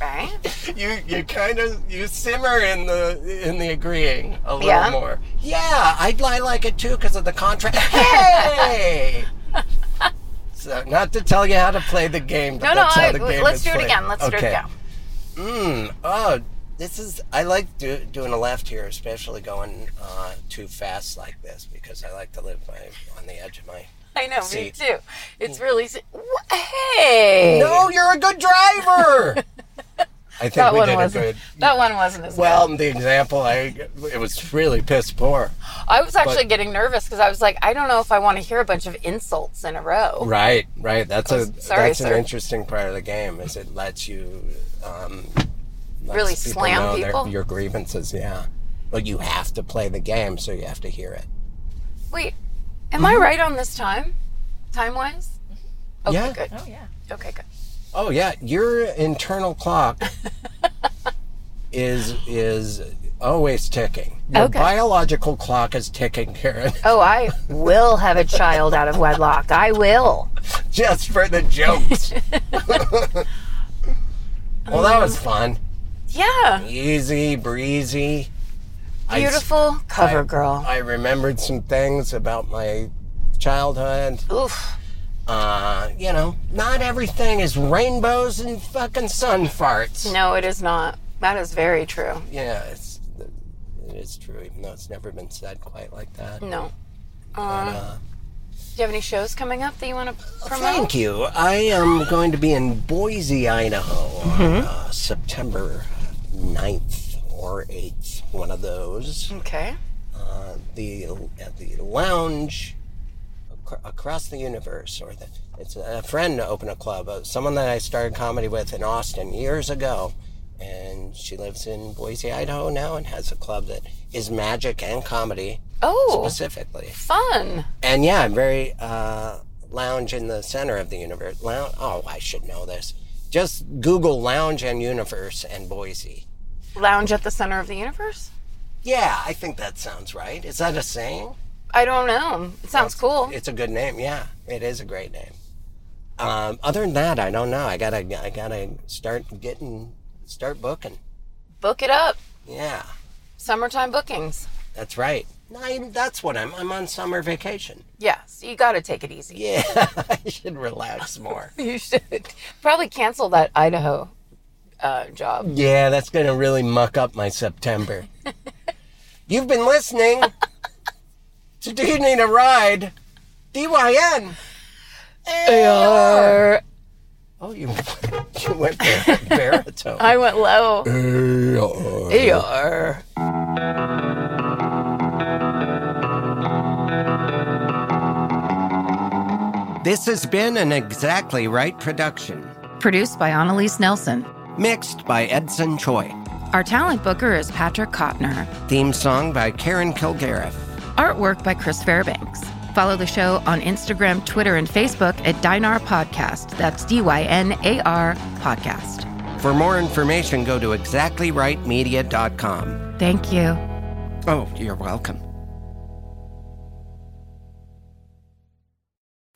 S5: right?
S4: *laughs* You you kind of you simmer in the in the agreeing a little
S5: Yeah.
S4: more. Yeah, I, I like it too because of the
S5: *laughs*
S4: contract. Hey. so not to tell you how to play the game, but
S5: No, no.
S4: that's how
S5: I,
S4: the game
S5: let's
S4: is
S5: do it
S4: played.
S5: again. Let's do it
S4: Okay.
S5: again.
S4: Mm, oh, this is. I like do, doing a left here, especially going uh, too fast like this, because I like to live my, on the edge of my.
S5: I know, me
S4: See.
S5: too. It's really. s- Wh-
S4: *laughs*
S5: Hey.
S4: No, you're a good driver. I think
S5: That
S4: we
S5: one
S4: did a
S5: wasn't.
S4: good.
S5: That one wasn't as
S4: Well, the example, I it was really piss poor.
S5: good. I was actually getting nervous because I was like, I don't know if I want to hear a bunch of insults in a row.
S4: Right, right. That's a
S5: sorry,
S4: that's
S5: sir.
S4: an interesting part of the game is it lets you um, lets
S5: Really slam
S4: know their-
S5: people?
S4: your grievances. Yeah, but you have to play the game, so you have to hear it.
S5: Wait, am I right on this time? Time wise? Okay,
S4: Yeah.
S5: good. Oh yeah. Okay, good.
S4: Oh yeah, your internal
S5: *laughs*
S4: clock is is always ticking. Your
S5: Okay.
S4: biological clock is ticking, Karen. *laughs*
S5: Oh, I will have a child out of wedlock. I will.
S4: Just for the
S5: *laughs*
S4: jokes. well, that
S5: Um,
S4: was fun.
S5: Yeah.
S4: Easy breezy. I s-
S5: Beautiful cover girl.
S4: I remembered some things about my childhood.
S5: Oof.
S4: Uh, you know, not everything is rainbows and fucking sun farts.
S5: No, it is not. That is very true.
S4: Yeah, it's it is true, even though it's never been said quite like that.
S5: No. Um, do you have any shows coming up that Oh, you want to promote?
S4: Thank you. I am going to be in Boise, Idaho on uh, September 9th or 8th, one of those.
S5: Okay.
S4: uh, the at the lounge acro- across the universe or the, it's a friend to open a club uh, someone that i started comedy with in austin years ago and she lives in boise idaho now and has a club that is magic and comedy
S5: Oh,
S4: specifically
S5: fun.
S4: and yeah i'm very uh, lounge in the center of the universe lounge oh i should know this just google lounge and universe and boise
S5: Lounge at the center of the universe?
S4: yeah i think that sounds right is that a saying
S5: I don't know. It sounds cool.
S4: It's a good name. Yeah, it is a great name. Um, other than that, I don't know. I gotta, I gotta start getting, start booking.
S5: Book it up.
S4: Yeah,
S5: Summertime bookings.
S4: that's right. I, that's what I'm. I'm on summer vacation. *laughs*
S5: Yeah, so you got to take it easy.
S4: Yeah, I should relax more.
S5: *laughs* You should probably cancel that Idaho uh, job.
S4: yeah, that's gonna really muck up my
S5: *laughs*
S4: September. You've been listening to Do You Need a Ride? DYN.
S5: Or
S4: Oh, you, *laughs* you went bar- baritone.
S5: I went low.
S4: Yeah.
S5: AR.
S4: This has been an Exactly Right production,
S6: Produced by Annalise Nelson.
S4: mixed by Edson Choi.
S6: Our talent booker is Patrick Kottner.
S4: Theme song by Karen Kilgariff.
S6: Artwork by Chris Fairbanks. Follow the show on Instagram, Twitter, and Facebook at Dynar Podcast. That's D Y N A R Podcast.
S4: For more information, go to exactlyrightmedia.com.
S6: Thank you.
S4: Oh, you're welcome.